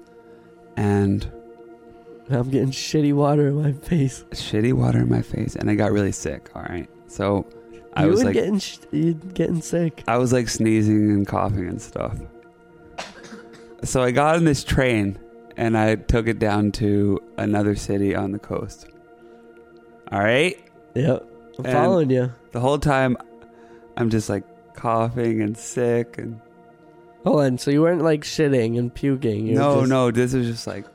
And I'm getting shitty water in my face. shitty water in my face. And I got really sick. All right. So I you was and like, getting sh- you getting sick. I was like sneezing and coughing and stuff. So I got on this train and I took it down to another city on the coast. All right. Yep. I'm And- following you. The whole time I'm just like coughing and sick and Hold on. So you weren't like shitting and puking. You were no, just- no, this is just like,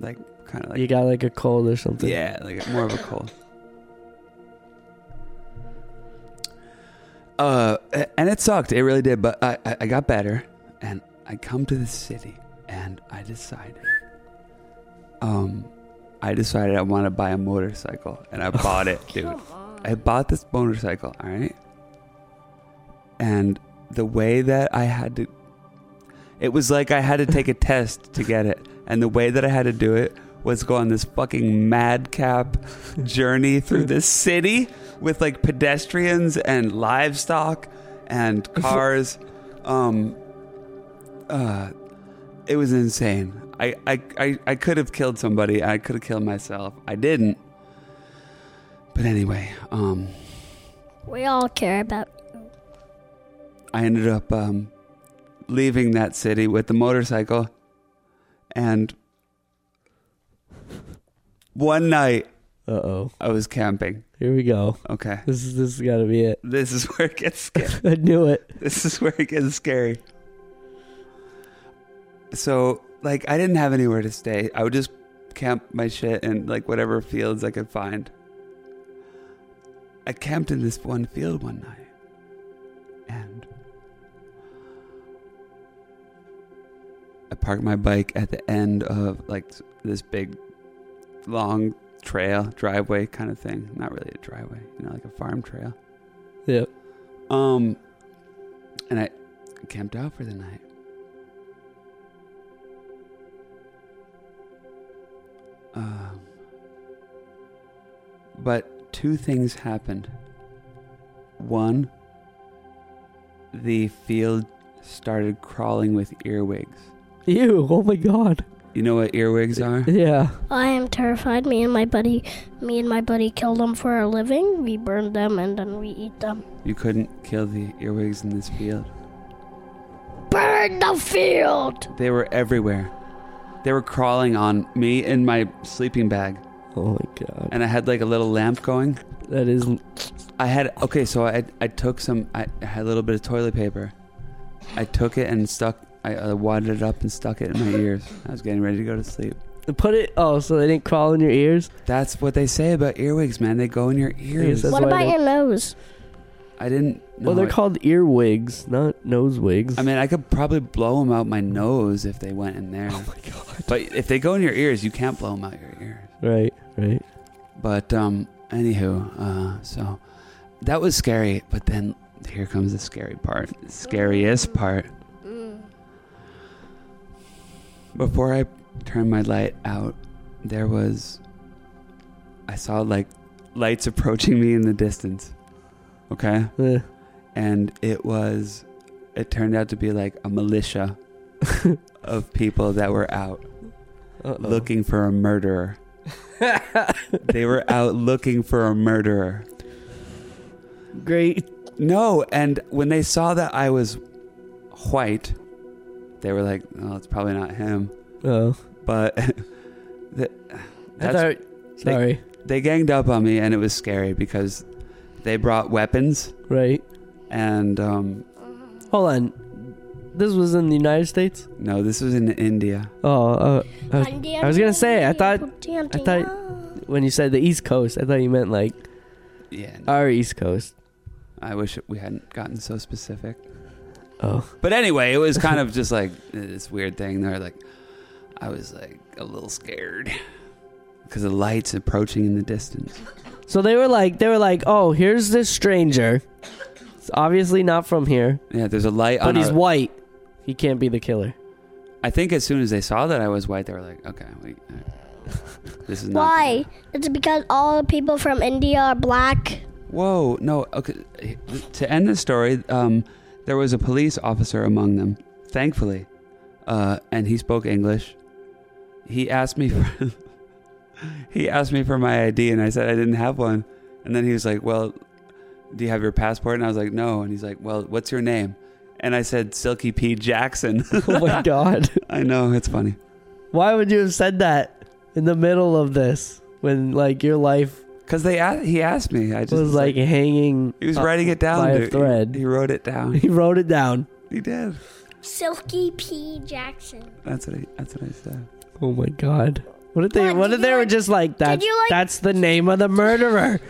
like kind of like You got like a cold or something. Yeah, like more of a cold. Uh, a- and it sucked. It really did. But I, I, I got better, and I come to the city, and I decided, um, I decided I want to buy a motorcycle, and I bought it, dude. Come on. I bought this motorcycle. All right, and the way that I had to, it was like I had to take a test to get it, and the way that I had to do it was go on this fucking madcap journey through this city with like pedestrians and livestock and cars. Um, uh, it was insane. I, I, I, I could have killed somebody. I could have killed myself. I didn't. But anyway, um, We all care about I ended up um, leaving that city with the motorcycle. And one night Uh oh. I was camping. Here we go. Okay. This is this has got to be it. This is where it gets scary. I knew it. this is where it gets scary. So, like, I didn't have anywhere to stay. I would just camp my shit in, like, whatever fields I could find. I camped in this one field one night. And I parked my bike at the end of, like, this big, long trail, driveway kind of thing. Not really a driveway, you know, like a farm trail. Yep. Um, and I camped out for the night. Um, but two things happened. One, the field started crawling with earwigs. Ew. Oh my god. You know what earwigs are? Yeah. I am terrified. Me and my buddy, me and my buddy killed them for a living. We burned them and then we eat them. You couldn't kill the earwigs in this field. Burn the field. They were everywhere. They were crawling on me in my sleeping bag, Oh my god. and I had like a little lamp going. That is. I had okay, so I I took some. I I had a little bit of toilet paper. I took it and stuck. I uh, wadded it up and stuck it in my ears. I was getting ready to go to sleep. Put it. Oh, so they didn't crawl in your ears. That's what they say about earwigs, man. They go in your ears. That's what why about they- your nose? I didn't. Know well, they're it. called earwigs, not nose wigs. I mean, I could probably blow them out my nose if they went in there. Oh my god. But if they go in your ears, you can't blow them out your ears. Right. Right. But um, anywho, uh, so that was scary. But then here comes the scary part, scariest part. Before I turned my light out, there was. I saw like lights approaching me in the distance. Okay? Eh. And it was. It turned out to be like a militia of people that were out Uh-oh. looking for a murderer. they were out looking for a murderer. Great. No, and when they saw that I was white, they were like, "Oh, it's probably not him." Oh. But the, I that's, thought. Sorry. they ganged up on me, and it was scary because they brought weapons, Right. and um, Hold on. this was in the United States? No, this was in India. Oh, uh, uh, Andy, I was gonna say, I Andy, thought- put Andy I thought- on. when you said the East Coast, I thought you meant like Yeah. no, our East Coast. I wish we hadn't gotten so specific. Oh, But anyway, it was kind of just like this weird thing. They're like, I was like a little scared because the lights approaching in the distance. so they were like, they were like, oh, here's this stranger. It's obviously not from here, Yeah, there's a light but on. he's our- white. He can't be the killer. I think as soon as they saw that I was white, they were like, okay, wait, this is not. Why? It's because all the people from India are black. Whoa, no. Okay, to end the story, um, there was a police officer among them, thankfully, uh, and he spoke English. He asked me for he asked me for my ID, and I said I didn't have one. And then he was like, "Well, do you have your passport?" And I was like, "No." And he's like, "Well, what's your name?" And I said, "Silky P. Jackson." Oh my god. I know it's funny. Why would you have said that in the middle of this when like your life Cause they a- he asked me. I just was like hanging? he was up writing it down. by a dude. He- thread. He, wrote it down. He wrote it down. he did. Silky P. Jackson. That's what I, that's what I said. Oh my god. What if they? What, What did if they you were like- just like that? you like- that's the name of the murderer.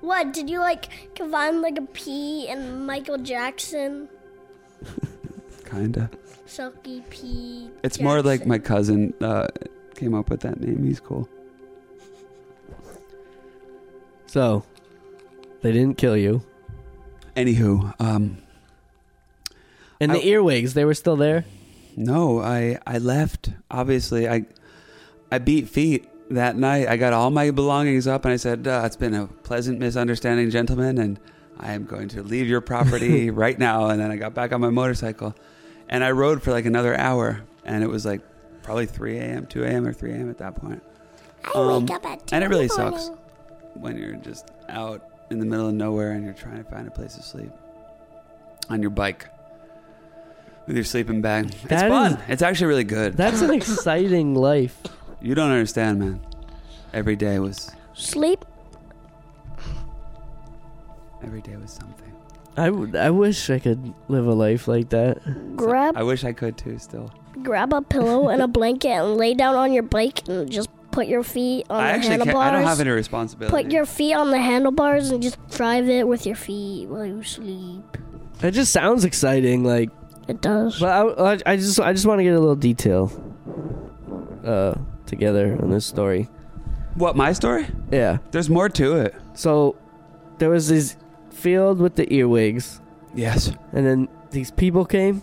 What? Did you like combine like a P and Michael Jackson? Kinda. Silky P. It's more like Jackson. my cousin uh, came up with that name. He's cool. So, they didn't kill you. Anywho, um, And the I- earwigs, they were still there. no, I I left. Obviously, I I beat feet that night. I got all my belongings up, and I said, uh, "It's been a pleasant misunderstanding, gentlemen, and I am going to leave your property right now." And then I got back on my motorcycle, and I rode for like another hour, and it was like probably 3 a.m., 2 a.m., or 3 a.m. at that point. I um, wake up at two and it in really the morning. sucks. when you're just out in the middle of nowhere and you're trying to find a place to sleep on your bike with your sleeping bag. it's That fun. is- it's actually really good. That's an exciting life. you don't understand, man. Every day was Sleep. every day was something. I, w- I wish I could live a life like that. So Grab I wish I could too. Still, grab a pillow and a blanket and lay down on your bike and just put your feet on I the actually can't, handlebars. I don't have any responsibility. Put your feet on the handlebars and just drive it with your feet while you sleep. It just sounds exciting. Like, It does. but I, I, I just I just want to get a little detail uh, together on this story. what my story? Yeah. There's more to it. So there was this field with the earwigs, Yes. and then these people came,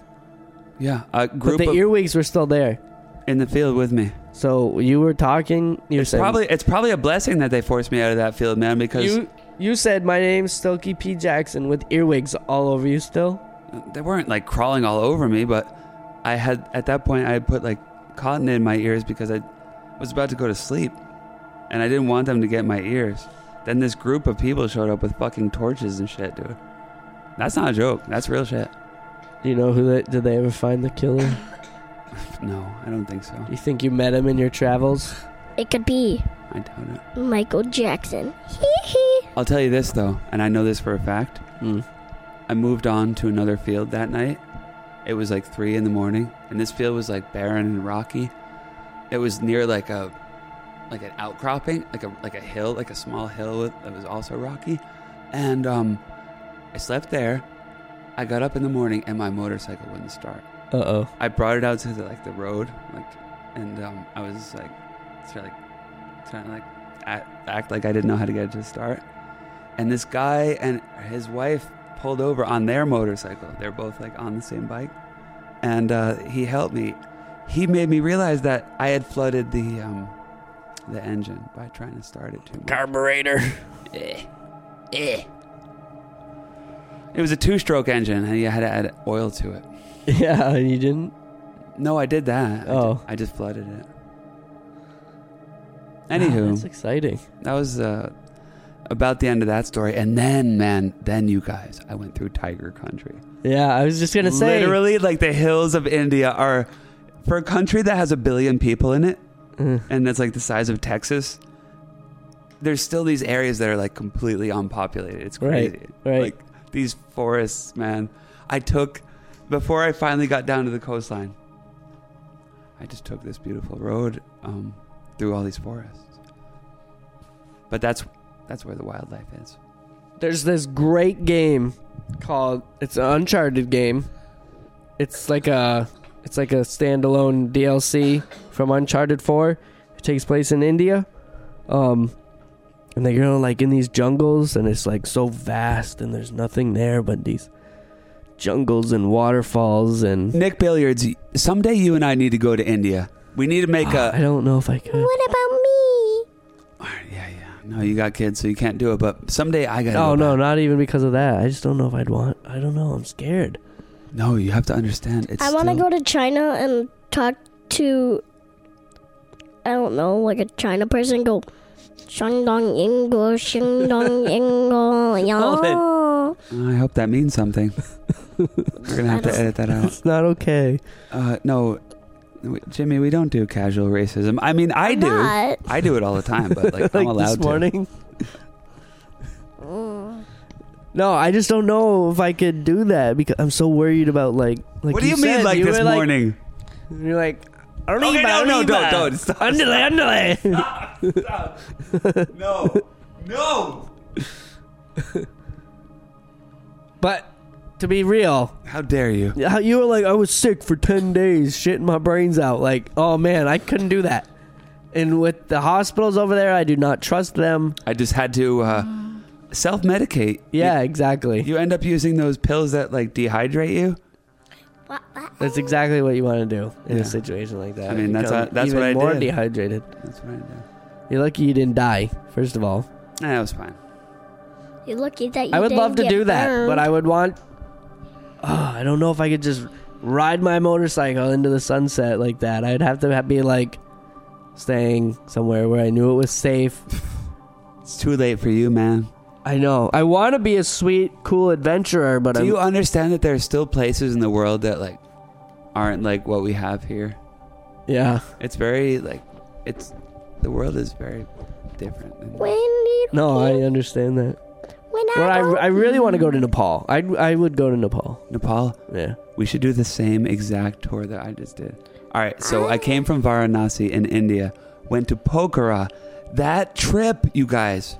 Yeah. A but group the of- earwigs were still there. in the field with me. So you were talking. You It's said probably it's probably a blessing that they forced me out of that field, man. Because you you said my name's Silky P Jackson with earwigs all over you still. they weren't like crawling all over me, but I had at that point I had put like cotton in my ears because I was about to go to sleep, and I didn't want them to get my ears. Then this group of people showed up with fucking torches and shit, dude. That's not a joke. That's real shit. Do you know who they did they ever find the killer? No, I don't think so. You think you met him in your travels? It could be I doubt it. Michael Jackson. Hee hee. I'll tell you this though, and I know this for a fact. Hmm. I moved on to another field that night. It was like three in the morning, and this field was like barren and rocky. It was near like a like an outcropping, like a like a hill, like a small hill with- that was also rocky. And um, I slept there. I got up in the morning, and my motorcycle wouldn't start. Uh oh. I brought it out to the, like the road, like, and um, I was just, like, trying, like, trying to like act, act like I didn't know how to get it to start. And this guy and his wife pulled over on their motorcycle. They're both like on the same bike, and uh, he helped me. He made me realize that I had flooded the um, the engine by trying to start it too much. Carburetor. Eh. It was a two-stroke engine, and you had to add oil to it. Yeah, you didn't. No, I did that. I Oh. ju- I, just flooded it. Wow, Anywho, that's exciting. that was uh, about the end of that story. And then, man, then you guys, I went through tiger country. Yeah, I was just gonna say. Literally, like the hills of India are, for a country that has a billion people in it, Ugh. and that's like the size of Texas. There's still these areas that are like completely unpopulated. It's Right, crazy. right. Like these forests, man. I took before I finally got down to the coastline, I just took this beautiful road um, through all these forests. But that's that's where the wildlife is. There's this great game called it's an Uncharted game. It's like a it's like a standalone DLC from Uncharted 4. It takes place in India. Um and they go like in these jungles and it's like so vast and there's nothing there but these jungles and waterfalls and Nick Billiards, someday you and I need to go to India. We need to make I a. don't know if I could. What about me? Ah, Yeah, yeah. No, you got kids, so you can't do it. But someday I got. Oh no, not even because of that. I just don't know if I'd want. I don't know. I'm scared. No, you have to understand. It's I want to still- go to China and talk to, I don't know, like a China person. Go, Shandong Ingo, Shandong Ingo, yeah. I hope that means something. We're gonna have I to don't- edit that out. It's not okay. Uh, no, we- Jimmy, we don't do casual racism. I mean, I do. Not. I do it all the time, but like, I'm allowed this morning. No, I just don't know if I could do that because I'm so worried about like. to. like What do you, said, mean, like you this were morning? You're like. Arriba, Okay, no, no, arriba. don't, don't, stop, Andale, andale. no, no. but to be real, How dare you? how- you were like, I was sick for ten days, shitting my brains out. Like, oh man, I couldn't do that. And with the hospitals over there, I do not trust them. I just had to uh, self-medicate. Mm. Yeah, You- exactly. You end up using those pills that like dehydrate you. That's exactly what you want to do in Yeah. a situation like that. I mean, You that's become what- that's even what I more did. dehydrated. That's what I do. You're lucky you didn't die. First of all, Nah, that was fine. You're lucky that you I would didn't love to get do that, burned. but I would want. Ah, I don't know if I could just ride my motorcycle into the sunset like that. I'd have to ha- be like staying somewhere where I knew it was safe. It's too late for you, man. I know. I want to be a sweet, cool adventurer, but Do I'm, you understand that there are still places in the world that like aren't like what we have here? yeah. It's very like it's the world is very different. than- When you No, I understand that. when I, Well, I, go- I really want to go to Nepal. I I would go to Nepal. Nepal, Yeah. we should do the same exact tour that I just did. All right, so I came from Varanasi in India, went to Pokhara. That trip, you guys.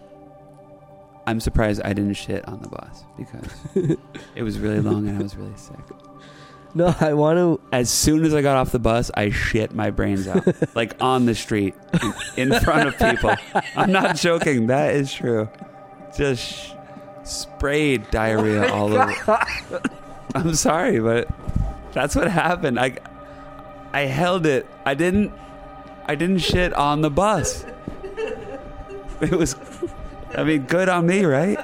I'm surprised I didn't shit on the bus because it was really long and I was really sick. No, I want to. As soon as I got off the bus, I shit my brains out, like on the street, in, in front of people. I'm not joking. That is true. Just sh- sprayed diarrhea Oh all over. I'm sorry, but that's what happened. I, I held it. I didn't. I didn't shit on the bus. It was. I mean, good on me, right?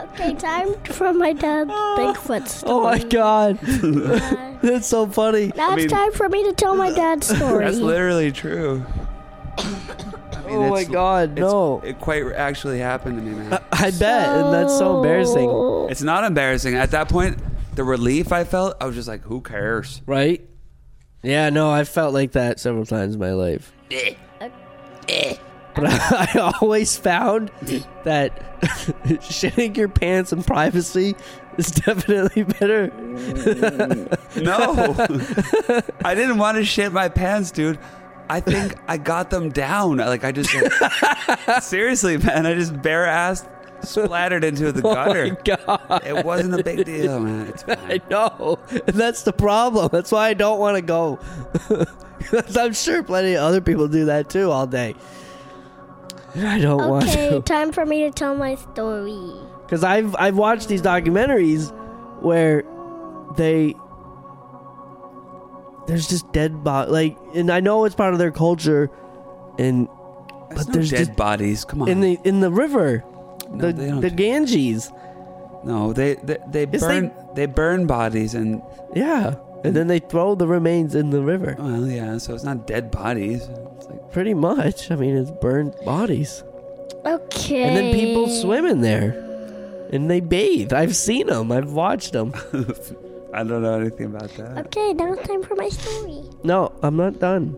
okay, time for my dad's Bigfoot story. Oh my god, Uh, that's so funny. now I it's mean- time for me to tell my dad's story. That's literally true. I mean, oh my it's- god, It's- no. it quite actually happened to me, man. I bet, and that's so embarrassing, Uh, Oh. It's not embarrassing. At that point, the relief I felt, I was just like, who cares? right? Yeah, no, I felt like that several times in my life. But I always found that shitting your pants in privacy is definitely better. No. I didn't want to shit my pants, dude. I think I got them down. Like, I just, seriously, man, I just bare ass splattered into the Oh gutter. my god, it wasn't a big deal, man. It's I fine. know. And that's the problem. That's why I don't want to go. 'Cause I'm sure plenty of other people do that too all day. And I don't want to. Okay, time for me to tell my story. Because I've I've watched these documentaries where they there's just dead body like, and I know it's part of their culture, and There's but no there's dead just bodies. Come on. in the in the river, No, the they don't the do- Ganges, no, they they, they Yes, they- burn they burn bodies and yeah, and then they throw the remains in the river. well, yeah. So it's not dead bodies. It's like Pretty much, I mean, it's burned bodies, Okay. and then people swim in there, and they bathe. I've seen them. I've watched them. I don't know anything about that. Okay, now it's time for my story. No, I'm not done.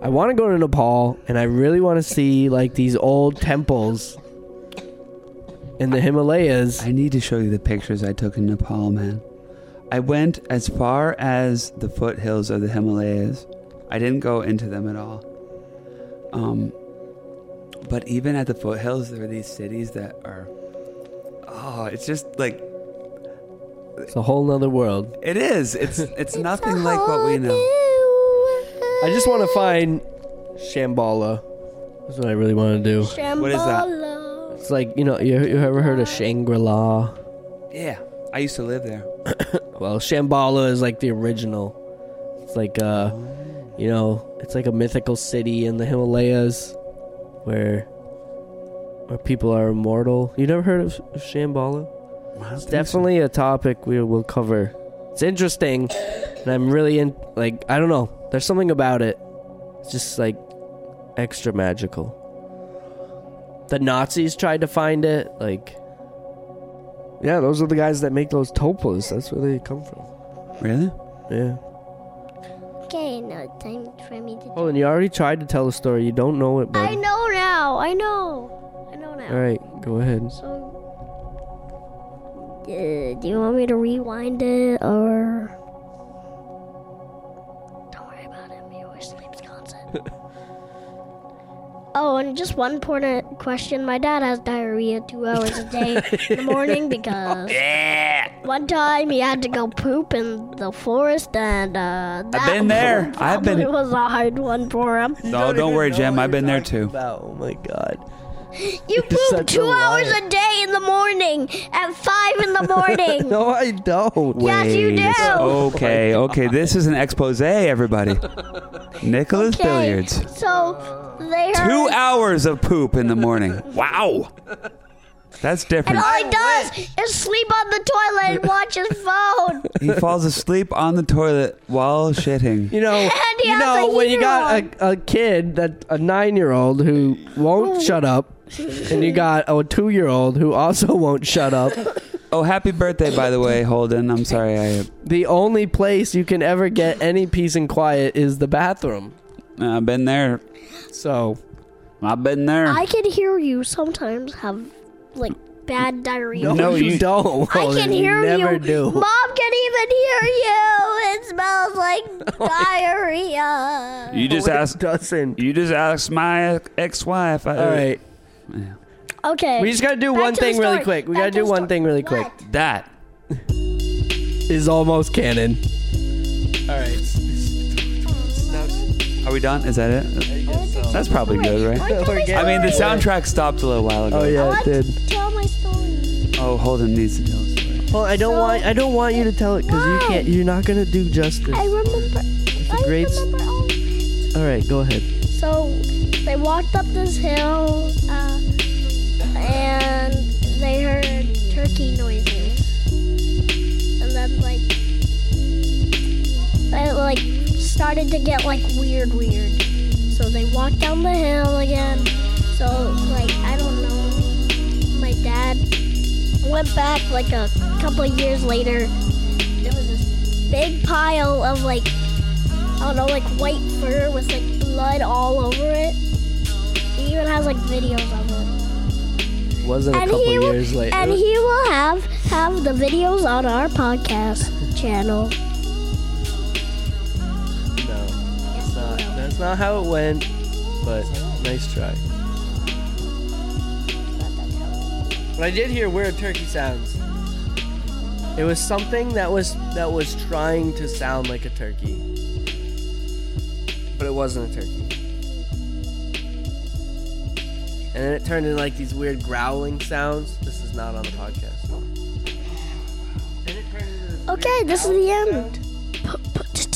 I want to go to Nepal and I really want to see like these old temples. in the Himalayas. I need to show you the pictures I took in Nepal, man. I went as far as the foothills of the Himalayas. I didn't go into them at all. Um, but even at the foothills, there are these cities that are. Oh, it's just like It's a whole nother world. it is. It's it's, nothing like what we know. I just want to find Shambhala. That's what I really want to do. What is that? Shambhala. It's like you know, you, you ever heard of Shangri La? Yeah, I used to live there. Well, Shambhala is like the original. It's like uh, you know, it's like a mythical city in the Himalayas, where where people are immortal. You never heard of, of Shambhala? Wow, It's definitely a topic we will cover. It's interesting, and I'm really in. Like I don't know, there's something about it. It's just like extra magical. The Nazis tried to find it, like. Yeah, those are the guys that make those topas. That's where they come from. Really? Yeah. Okay, now time for me to. Hold on, you already tried to tell the story. You don't know it, I but know now. I know. I know now. all right, go ahead. So, uh, do you want me to rewind it or? Don't worry about it. Maybe we're sleeps constant. oh, and just one important question: My dad has diarrhea two hours a day in the morning because Eh. one time he had to go poop in the forest, and uh, that been there. one I've been- probably was a hard one for him. No, don't worry, Jim. I've been there too. Oh my god. You poop such a two hours liar. a day in the morning at five in the morning. No, I don't. Yes, you Wait. do. Okay, okay. This is an expose, everybody. Nicholas Okay, Billiards. So they heard. Two hours of poop in the morning. Wow. That's And different. all he does is sleep on the toilet and watch his phone. He falls asleep on the toilet while shitting. You know, And he you has know a when you got a, a kid that a nine year old who Oh. won't shut up, and you got a two year old who also won't shut up. Oh, happy birthday, by the way, Holden. I'm sorry. I, The only place you can ever get any peace and quiet is the bathroom. I've been there. So I've been there. I can hear you sometimes have like bad diarrhea. no, you, don't. I can hear you. Never you. do. Mom can even hear you. It smells Oh, like diarrhea. you just It asked. doesn't. You just asked my ex-wife. I, All right. Okay. We just gotta do Back one to the thing really story. quick. We Back gotta to do the one story. thing really What? quick. That. Is almost canon. All right. Are we done? Is that it? That's probably good, right? Why can't We're I getting- I mean, the story? soundtrack stopped a little while ago. Oh yeah, I it did. want to tell my story. Oh, Holden needs to tell us. Well, I don't So- want I don't want you to tell it because you Why? can't. You're not gonna do justice. I remember. I great s- remember all All right, go ahead. So they walked up this hill uh, and they heard turkey noises. And then, like, it like started to get like weird, weird. So they walked down the hill again. So, like, I don't know. My dad went back like a couple of years later. There was this big pile of like I don't know, like white fur with like blood all over it. He even has like videos of it. Wasn't a And couple he will, years later. and he will have have the videos on our podcast channel. no, that's not. That's not how it went. But nice try. But I did hear weird turkey sounds. It was something that was that was trying to sound like a turkey, but it wasn't a turkey. And then it turned into like these weird growling sounds. This is not on the podcast. And it turned into this Okay, this is the end.